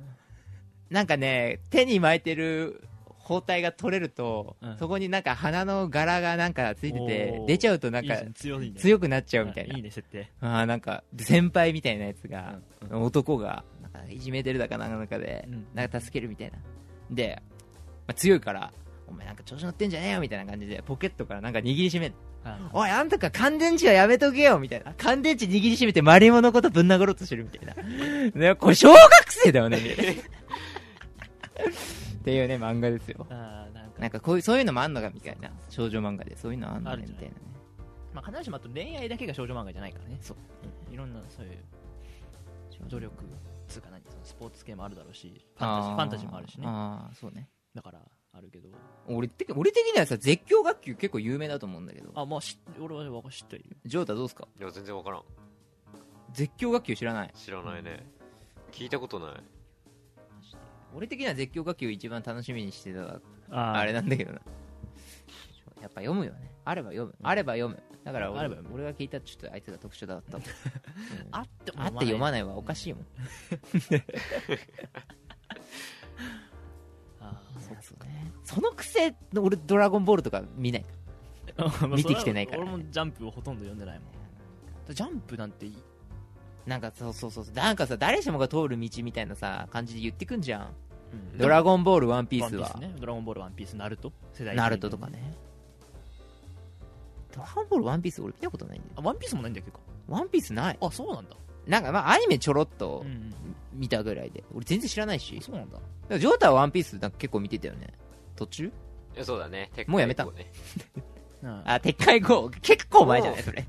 D: なんかね手に巻いてる包帯が取れると、
E: うん
D: そこになんか花の柄がなんかついてて
E: おー
D: 出ちゃうとなん
E: いい
D: か
E: じゃん強いね
D: 強くなっちゃうみたいな
E: あいいね設定
D: あーなんか先輩みたいなやつが、
E: うん
D: 男がなんかいじめてるだかなんかで、
E: うん
D: なんか助けるみたいなで、まあ、強いからお前なんか調子乗ってんじゃねえよみたいな感じでポケットからなんか握りしめるおいあんたか乾電池はやめとけよみたい な乾電池握りしめてマリモのことぶん殴ろうとしてるみたいな ねこれ小学生だよねみたいな っていうね漫画ですよ
E: あーなんか
D: なんかこういうそういうのもあんのかみたいな少女漫画でそういうのあんの
E: あ
D: ね
E: る
D: み
E: んじゃない
D: たいなね
E: まあ、必ずしもあと恋愛だけが少女漫画じゃないからね
D: そう
E: いろんなそういう努力つうか何そのスポーツ系もあるだろうしファンタジー
D: あ
E: ファンタジーもあるしね
D: あーそうね
E: だからあるけど
D: 俺的俺的にはさ絶叫学級結構有名だと思うんだけど
E: あまあし俺は知っているよ
D: ジョータどうすか
B: いや全然わからん
D: 絶叫学級知らない
B: 知らないね聞いたことない
D: 俺的には絶叫学級一番楽しみにしてた
E: あ
D: あれなんだけどなやっぱ読むよねあれば読むあれば読むだから
E: あ
D: 俺
E: れば読
D: 俺が聞いたちょっとあいつが特殊だったもん
E: あって
D: あって読ま
E: い
D: ないはおかしいもん
E: あ
D: そうそうねそのくせ俺ドラゴンボールとか見ない
E: ー
D: 見てきてないから
E: 俺もジャンプをほとんど読んでないもんジャンプなんてい
D: なんかそうそうそうそうなんかさ誰しもが通る道みたいなさ感じで言ってくんじゃん
E: うん
D: ドラゴンボールワンピース
E: ワ
D: は
E: ンねドラゴンボールワンピースナルト世代的に
D: ナルトとかねドラゴンボールワンピース俺見たことないんだよ
E: あワンピースもないんだっけか
D: ワンピースない
E: あそうなんだ
D: なんかまあアニメちょろっと
E: うんうん
D: 見たぐらいで俺全然知らないし
E: そうなんだ
D: でもジョータはワンピースなんか結構見てたよね途中
B: いやそうだね
D: もうやめた
B: 結構ね
E: うん
D: あ撤回後結構前じゃないそれ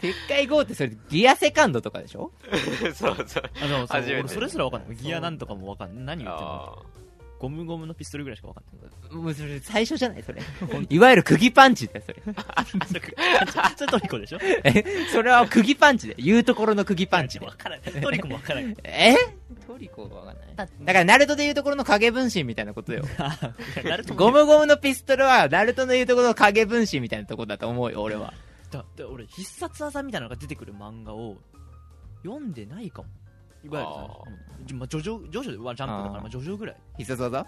D: 撤回後ってそれギアセカンドとかでしょ
B: そうそう
E: あでもそう
B: 初めて
E: 俺それすら分かんないギアなんとかも分かんない何言ってんの
B: あ
E: ゴムゴムのピストルぐらいしか分かんない
D: もうそれ最初じゃないそれいわゆる釘パンチだよそれ
E: それトリコで しょ
D: えそれは釘パンチで言うところの釘パンチで
E: 分からないトリコも分からない
D: えトリコわかんないだからナルトで言うところの影分身みたいなことよ
E: ナルト
D: ゴムゴムのピストルはナルトの言うところの影分身みたいなとこだと思うよ 俺は
E: だだ俺必殺技みたいなのが出てくる漫画を読んでないかもいわゆるさ
B: あ
E: うんじまあジョジョジョジョはジャンプだから
D: あー
E: まあジョジョぐらい
D: 必殺技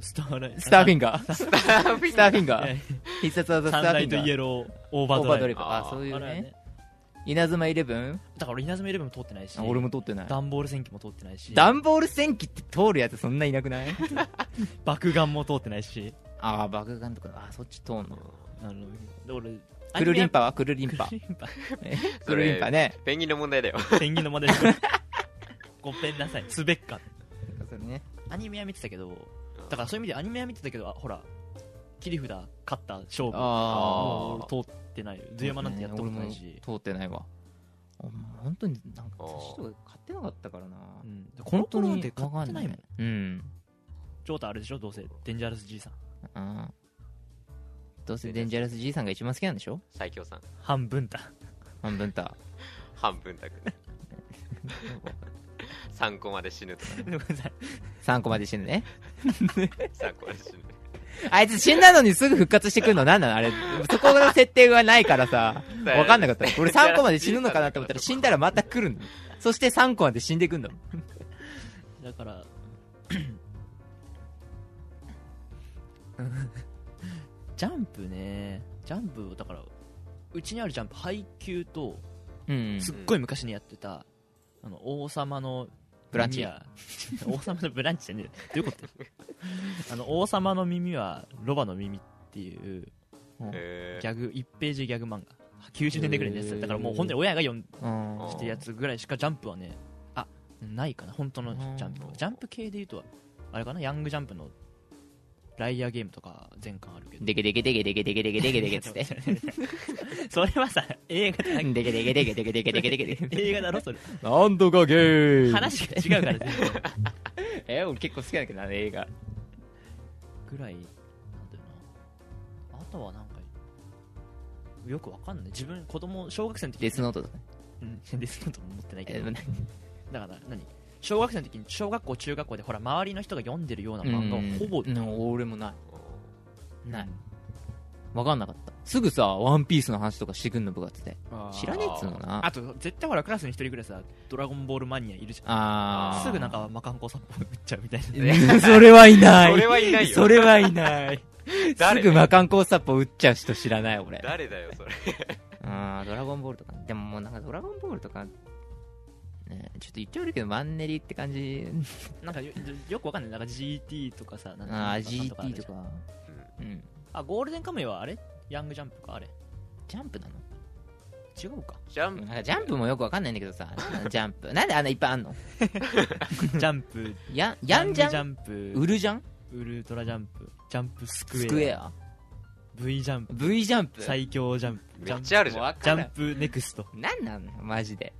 E: スターライ
D: スターフィ
E: ン
D: ン ガースターフィンガ
E: いや
D: ー必殺技ス
E: サン
D: ターフ
E: ラ
D: ィ
E: イ
D: ンガ
E: トイエ
D: ー
E: ローオーバー
D: オー
E: ドラ
D: バー
E: イ
D: ド
E: ブ
D: リブあ
B: あー
D: そう
E: あ
D: い
E: れ
D: う
E: はね
D: ね稲妻イレブン
E: だから俺稲妻イレブンも通ってないし
D: あ俺も撮ってない
E: ダンボール戦記も通ってないし
D: ダンボール戦記って通るやつそんないな くない
E: 爆眼も通ってないし
D: ああ爆眼とかあーそっち通んの
E: あので俺
D: クルリンパはクル
E: ア
D: リ
E: ニ
D: ン
E: メ
D: パ
E: クルリンパ
D: えク
B: そ
D: ル
B: れ
D: リンパね
B: ペンギンの問題だよ
E: ペンギンのモデル ごめんなさいすべっか
D: それね
E: アニメは見てたけどだからそういう意味でアニメは見てたけどあほら切り札勝った勝負
D: あ
E: もう俺通ってないよドゥヤマなんてやったことないし、
D: 俺も通ってないわあ本当になんか雑誌とか買ってなかったからな
E: うん、この
D: 本当
E: 頃
D: に
E: なんて買ってないもん
D: わかうん
E: ジョータあれでしょどうせデンジャラス爺さん
D: うんどうせデンジャラス爺さんが一番好きなんでしょ
B: 最強さん
E: 半分だ
D: 半分た
B: 半分たく3個まで死ぬとか
E: ごめんなさい
D: 3個まで死ぬね
B: 3個まで死ぬ
D: あいつ死んだのにすぐ復活してくるのなんなのあれそこの設定がないからさ分かんなかった俺3個まで死ぬのかなと思ったら死んだらまた来るのそして3個まで死んでいくんだもん
E: だ からジャンプねジャンプだからうちにあるジャンプ配給と
D: うん
E: すっごい昔にやってた、あの王様の
D: ブランチ
E: 耳は 王様のブランチじゃねえど ういうことあの王様の耳はロバの耳っていう
B: へ
E: ギャグ1ページギャグ漫画90年代ぐらいのやつだだからもう本当に親が読んで
D: うん
B: ー
E: るやつぐらいしかジャンプはねあないかな本当のジャンプは
B: うん
E: ジャンプ系でいうとあれかなヤングジャンプのライアーゲームとか全巻あるけど
D: でけでけでけでけでけでけでけでけっつって
E: それはさ映画だ
D: でけでけでけでけでけでけでけでけ
E: 映画だろそれ
D: なんとかゲー
E: 話が違うから全然
D: え俺結構好きなんだけどな映画
E: ぐらいなんだよなあとはなんかよくわかんない自分子供小学生の時
D: デスノートとか
E: うんデスノートも持ってないけ
D: え
E: ど
D: ー
E: だ
D: な
E: から何小学生の時に小学校中学校でほら周りの人が読んでるような漫画をほぼ
D: うん俺もな
E: う
D: い
E: ん
D: ない分かんなかったすぐさ「ワンピースの話とかしてくんの部活で
E: あー
D: 知らねえっつうのな
E: あと絶対ほらクラスに一人ぐらいさドラゴンボールマニアいるじゃ
D: あ
E: ん
D: ー
E: すぐなんか魔漢光殺法打っちゃうみたいな
D: うん それはいない
B: それはいないよ
D: それはいない
B: 誰
D: すぐ魔漢光殺法打っちゃう人知らない俺
B: 誰だよそれ
D: あードラゴンボールとかでももうなんかドラゴンボールとかねちょっと言って悪いけどマンネリって感じ
E: なんかよよくわかんないなんか GT とかさなんかな
D: ああ
E: んかある
D: GT
E: じ
D: と
E: ゃん
D: かうん
E: あゴールデンカムイはあれヤングジャンプかあれ
D: ジャンプなの
E: 違う か
B: ジャン
D: なん
B: プ
D: かジャンプもよくわかんないんだけ どさジャンプなんであんないっぱいあんの
E: ジャンプ
D: ややんじゃ
E: ジャ
D: ん
E: ンプ
D: ウルジャン
E: ウルトラジャンプジャンプスクエア
D: スクエア
E: V ジャンプ
D: V ジャンプ
E: 最強ジャンプ
B: め
E: ジャ
B: っ
E: ンプ
B: ちゃあるじゃん
D: わ
E: ジ
D: か
E: ャ
D: んな
E: ン
D: い
E: プネクスト
D: なんなのマジで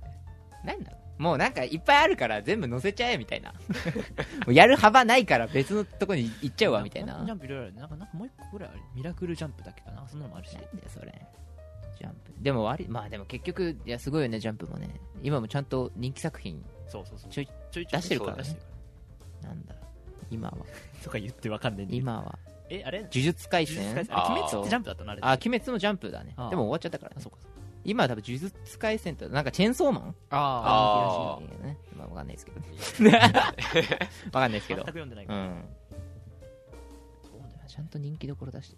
D: なんなのもうなんかいっぱいあるから全部載せちゃえみ たいなもうやる幅ないから別のとこに行っちゃうわみたいななん
E: ジ
D: だ
E: ャンプいろいろあるなんかなんかもう一個ぐらいあるミラクルジャンプだっけかなそんなのもあるし
D: よそれジャンプでも割りまあでも結局いやすごいよねジャンプもね今もちゃんと人気作品
E: そうそうそう
D: ちょい
E: ちょい
D: 出してるからね
E: そう出してる
D: なんだ今は
E: らとか言ってわかんないんだけど
D: 今は
E: えあれ
D: 呪術廻
E: 呪術
D: 戦
E: 廻戦
B: あー
E: あ鬼滅ってジャンプだったのあれ
D: あ鬼滅のジャンプだね
E: あー
D: でも終わっちゃったから
E: あ
D: ね
E: そうかそうか
D: 今は多分呪術廻戦となんかチェーンソーマン
E: あ
B: あー
D: あの人らしいんだけ どねまあわかんないですけど わかんないですけ
E: 全く
D: ど
E: 読んでないか
D: う
E: ら
D: ん
E: そうなんだよ
D: ちゃんと人気どころ出して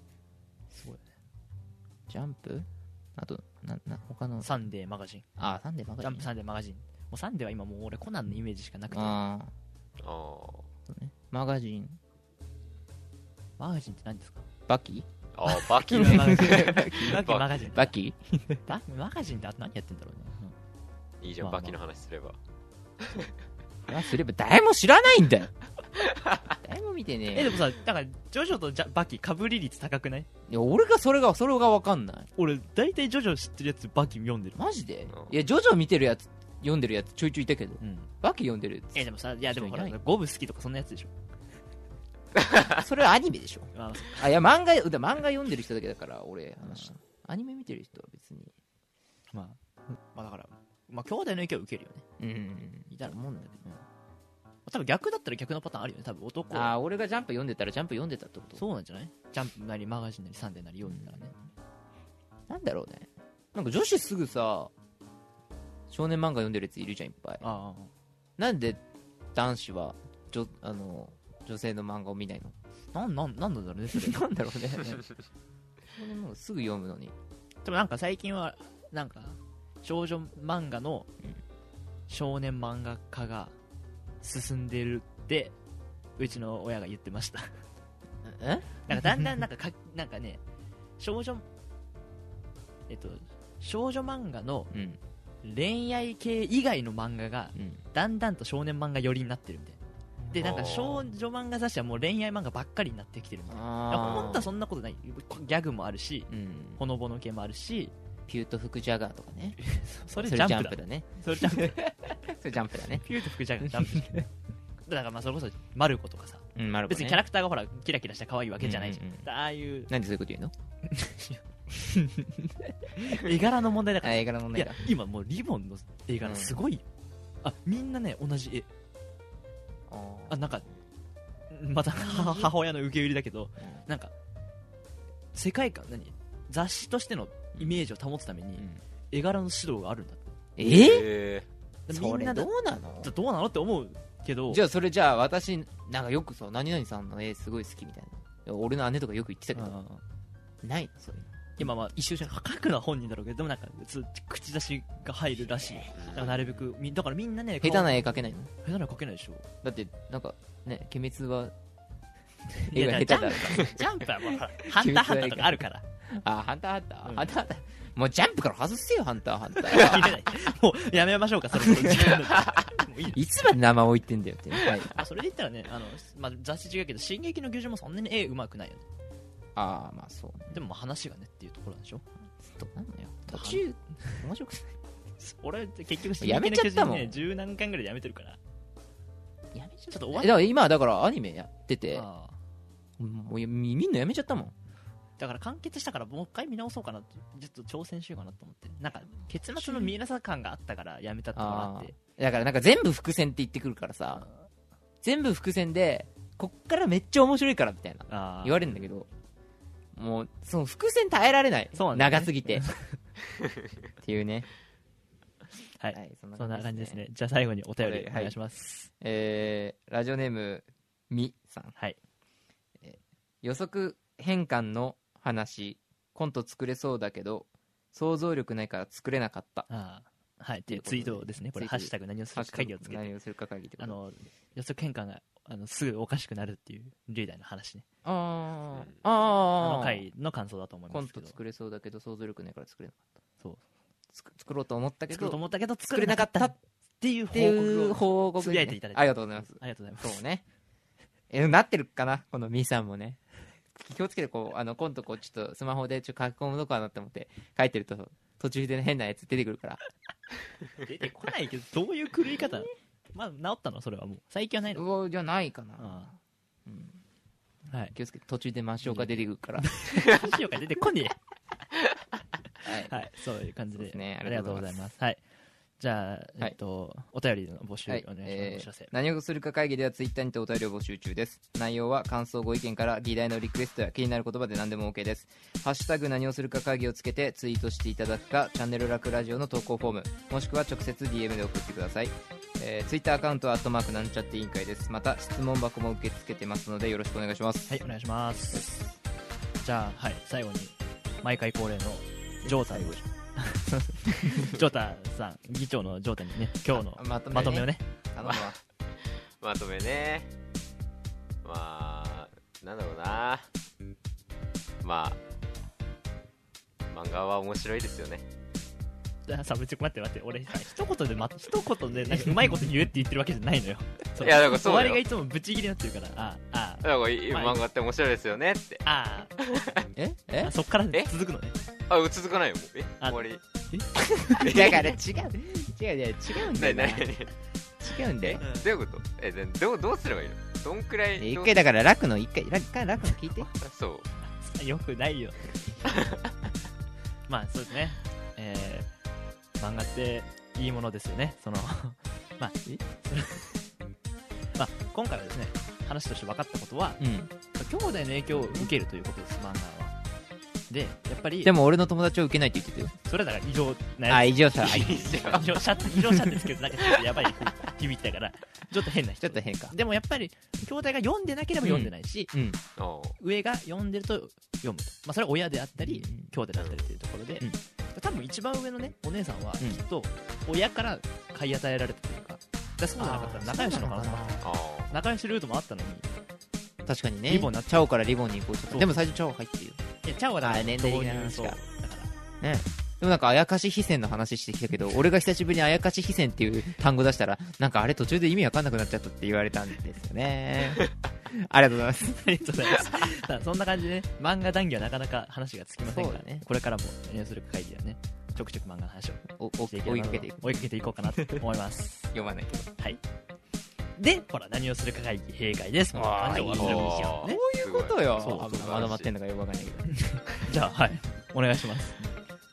E: すごいよね
D: ジャンプあとなな他の
E: サンデーマガジン
D: ああサンデーマ
E: ジ
D: ガジ
E: ャ
D: ン
E: ンプサンデーマガジンもうサンデーは今もう俺コナンのイメージしかなくて
D: あ
B: あ
D: あ
B: ー
D: そうねマガジン
E: マガジンって何です か
D: バキ
B: あーバキ
E: バ
B: だ
E: キ
B: な
E: マガジン
D: バキ
E: バマガジンってあと何やってんだろうね
B: いいじゃん
E: まあまあ
B: バキの話すれば
D: あすれば誰も知らないんだよ 誰も見てね
E: え
D: え
E: でもさだからジョジョとジャバキかぶり率高くない
D: いや俺がそれがそれが分かんない
E: 俺大体ジョジョ知ってるやつバキ読んでる
D: マジで
B: うん
D: いやジョジョ見てるやつ読んでるやつちょいちょいいたけど
E: うん
D: バキ読んでる
E: えでもさいやでもほら
D: 知らな
E: ゴブ好きとかそんなやつでしょ
D: やつそれはアニメでしょ
E: あ
D: あいや漫画だ漫画読んでる人だけだから俺話したのアニメ見てる人は別に
E: まあまあだからまあ兄弟の影響を受けるよね
D: うんいたらもんだけど
E: 多分逆だったら逆のパターンあるよね多分男
D: ああ
E: は
D: 俺がジャンプ読んでたらジャンプ読んでたってこと
E: そうなんじゃないジャンプなりマガジンなりサンデーなり読んでたらね
D: なんだろうねなんか女子すぐさ少年漫画読んでるやついるじゃんいっぱい
E: ああ
D: なんで男子は女あの女性の漫画を見ないの
E: なんなんなん なんだろうねそれ
D: なんだろうね少年漫画すぐ読むのに
E: でもなんか最近はなんか少女漫画の少年漫画化が進んでるってうちの親が言ってました
D: え
E: なんかだんだんなんかかなんかね少女えっと少女漫画の
D: うん
E: 恋愛系以外の漫画が
D: うん
E: だんだんと少年漫画寄りになってるみたいでなん
B: あ
E: か
B: ー
E: 少女漫画雑誌はもう恋愛漫画ばっかりになってきてるみたいな本当はそんなことないギャグもあるし
D: うん
E: ほのぼの系もあるし
D: ピュート・フク・ジャガーとかね
E: それジャンプだ
D: だね
E: それジャンプ
D: それジャンプだね
E: ピューと服じゃん、ジャンプ。 だからまあそれこそマルコとかさ、
D: うんまる
E: 別にキャラクターがほらキラキラした可愛いわけじゃないじゃん、
D: うんうんうん
E: ああいう
D: なんでそういうこと言うの
E: 絵柄の問題だか
D: あ
E: ら、
D: 映画の問
E: い
D: 題
E: や
D: だ
E: 今もうリボンの絵柄すごいよ、あみんなね同じ絵あなんかまた母母親の受け売りだけど
D: う
E: なんか世界観何雑誌としてのイメージを保つために
D: ん
E: 絵柄の指導があるんだって
D: え
B: え
E: み
D: そ
E: ん
D: れ
E: な
D: ど
E: だ
D: うなの
E: どうなのって思うけど
D: じゃあそれじゃあ私なんかよくさ何々さんの絵すごい好きみたいないや俺の姉とかよく言ってたけど
E: あ
D: ないのそういう
E: 今は一緒に書くのは本人だろうけどでもなんかそう口出しが入るらしいだからなるべくみだからみんなね
D: 下手な
E: 絵
D: 絵描けないの
E: 下手な絵描けない でしょ
D: だってなんかね鬼滅は
E: い
D: 絵
E: や
D: が下手だから
E: ジャンプはもうハンターハンターとかある から
D: あハンターハンタ
E: う
D: ー
E: ん
D: ハンターハンターもうジャンプから外せよハンターハンター
E: もうやめましょうかそれもう時間だもういい
D: いつまで生置いてんだよってはい
E: あそれで言ったらねあの、まあ、雑誌違うけど「進撃の巨人」もそんなに絵うまくないよね
D: ああまあそうね
E: でもまあ話がねっていうところなんでしょ
D: どうなのよ途中面白くない
E: 俺結局「進
D: や
E: 撃
D: め
E: の
D: ちゃ
E: 巨
D: った
E: 人
D: もん
E: ね」十何巻ぐらいでやめてるから
D: やめちゃ
E: ちょっと終
D: った
E: わっ
D: えだから今だからアニメやってて
E: ああ
D: もうやみ見んのやめちゃったもん
E: だから完結したからもう一回見直そうかなってちょっと挑戦しようかなと思ってなんか結末の見えなさ感があったからやめたってもらって
D: だからなんか全部伏線って言ってくるからさ全部伏線でこっからめっちゃ面白いからみたいな
E: ああ
D: 言われるんだけどもうその伏線耐えられない
E: そうなんだよね
D: 長す ぎてっていうね
E: はい
D: そん
E: そんな感じですねじゃあ最後にお便りお願いします
D: えーラジオネームみさん
E: はい
D: 予測変換の話コント作れそうだけど想像力ないから作れなかった
E: ああはいっていうツイートですねこれ「
D: ツ
E: ハ
D: イー
E: ッシ
D: トで
E: ュタグ何をするか会議」をつけて
D: 何をするか会議ってこ
E: あ
D: と
E: の予測変換があのすぐおかしくなるっていうリーダーの話ね
D: あー
E: あ
D: あ
E: の
D: ー
E: 回の感想だと思い
D: コ
E: ま
D: ン
E: すけ
D: ト
E: ど
D: 作れそうだけど想像力ないから作れなかった
E: そう
D: つく作ろうと思ったけ
E: 作ろうと
D: ど
E: 思ったけど
D: 作れなかった
E: っ
D: って
E: いう
D: ていう
E: 報告を
D: 報告
E: つぶ
D: にね
E: やいていただいて
D: ありがとうございます
E: ありがとうございます
D: そうねえなってるかなこのミさんもね気をつけてこうあの今度こうちょっとスマホでちょっと書き込むとこかなって思って書いてると途中で変なやつ出てくるから
E: 出てこないけどどういう狂い 方まあ治ったのそれはもう最近はないの
D: うわじゃないかな
E: あ
D: うん
E: あはい
D: 気をつけて途中で真正が出てく るから
E: しようか出てこね
D: はい
E: えはいそういう感じ
D: そ
E: で
D: うですね
E: ありがとうございますはいじゃあ
D: は
E: え
D: い
E: っとお便りの募集お
D: は
E: 願いしますお
D: いえ
E: 知ら
D: ー
E: せ
D: 何をするか会議ではツイッターにてお便りを募集中です内容は感想ご意見から議題のリクエストや気になる言葉で何でも OK です「ハッシュタグ何をするか会議」をつけてツイートしていただくかチャンネル楽ラジオの投稿フォームもしくは直接 DM で送ってくださいえー、ツイッターアカウントはアットマークなんちゃって委員会ですまた質問箱も受け付けてますのでよろしくお願いします
E: はいお願いしますじゃあはい最後に毎回恒例のジョータジョータさん議長のジョータにね今日の
D: あまとめね
E: まとめをね
D: 頼むわ
B: まとめねまあなんだろうなまあ漫画は面白いですよね
E: あさぶちょ待って待って俺さ一言でま一言でなんかうまいこと言えって言ってるわけじゃないのよ
B: いやだからそ
E: 終
B: うだ
E: わ
B: よ
E: りがいつもブチ切れになってるからああ
B: だからいい
E: まあ
B: 漫画って面白いですよねって
E: あ
D: え
E: あ
D: え
E: あそっから
B: え
E: 続くのね
B: あ続かないよもうえ
E: あ
B: 終わり
D: だから違う違う違う違うんだ
B: なにな
D: よな
B: になに
D: 違うんだ
B: え
D: よ
B: どういうことえでどうどうすればいいのどんくらい
D: で一
B: どう
D: 回だから楽の一回楽楽の聞いて
B: そ う
E: よくないよまあそうですねえー、漫画っていいものですよねその まあ まあ今回はですね話として分かったことは
D: うん
E: 兄弟の影響を受けるということです漫画はでやっぱり
D: でも俺の友達は受けないって言ってたよ
E: それはだ から異常な
D: あ
E: や
D: 異常 者
B: いいじゃ
E: つ
B: ん
E: 異常シャツ異常シャツですけどなんかちょっとやばい響いたからちょっと変な
D: ちょ
E: 人
D: っと変か
E: でもやっぱり兄弟が読んでなければ読んでないし、
D: うん
B: おう
E: 上が読んでると読むと、まあ、それは親であったり、
D: うん
E: 兄弟だったりというところで、
D: うん
E: 多分一番上のねお姉さんはき
D: うん
E: っと親から買い与えられたというか,、そうじゃなかったら仲良しの可能性もある
B: おう
E: 仲良しルートもあったのに
D: 確かにね
E: リボンになっ
D: チャオからリボンに移行しちゃっ
E: そ
D: た
E: う
D: でも最初チャオ入ってるよ
E: いやチャオはだから
D: あー年齢的な
E: 導入そ
D: 話か
E: うだから
D: でもなんかあやかし非線の話してきたけど俺が久しぶりにあやかし非線っていう単語出したらなんかあれ途中で意味わかんなくなっちゃったって言われたんですよね ありがとうございます
E: ありがとうございます。さ あそんな感じでね、漫画談義はなかなか話がつきません
D: そ
E: が、
D: うだね
E: これからも遠慮する会議ではね、ちょくちょく漫画の話を
D: おお
E: していけば
D: 追いかけていく
E: 追いかけていこうかなと思います。
D: 読まないけど
E: はい。で、ほら、何をするか会議、閉会です。こんな感じで終わるんですよ
B: お
E: ね
B: う
D: そういうことよ
E: そう
D: あまだ待ってんのかよくわかんないけど
E: じゃあ、はい。お願いします。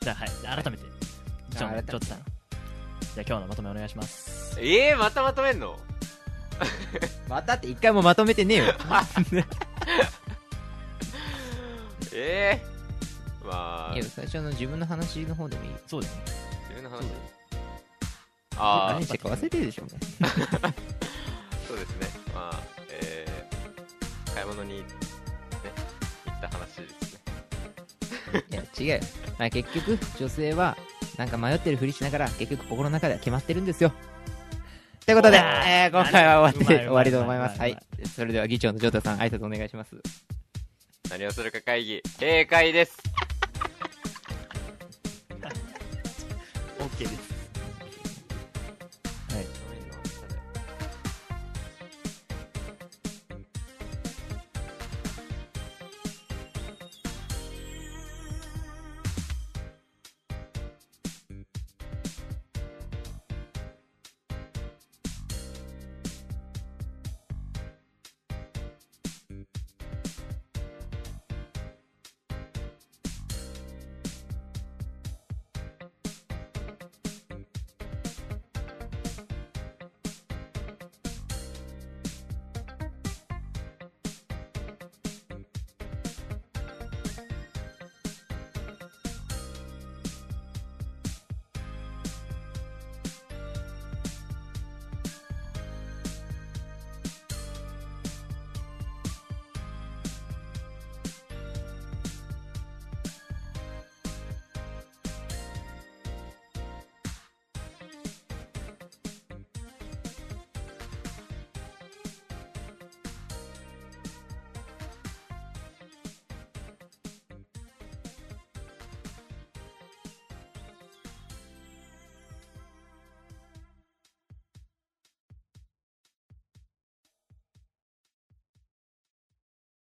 E: じゃあ、はい。じゃあ改めて、ちょ
D: あ改めて
E: ちょっとさん。じゃあ、今日のまとめお願いします。
B: えー、またまとめんの
D: またって一回もまとめて ねえよ
B: えー、まあ
D: いや最初の自分の話の方でもいい
E: そうですね。
B: 自分の話
E: そうだよ
B: ああ
D: 何してか忘れてるでしょもう
B: そうですねまあえー、買い物にね行った話ですね
D: いや違うよ、まあ、結局女性はなんか迷ってるふりしながら結局心の中では決まってるんですよということで、
E: おー
D: えー今回は終わっ
E: うま
D: て
E: い
D: 終わりと思います
E: うま
D: はいいそれでは議長のジョータさん挨拶お願いします
B: 何をするか会議閉会です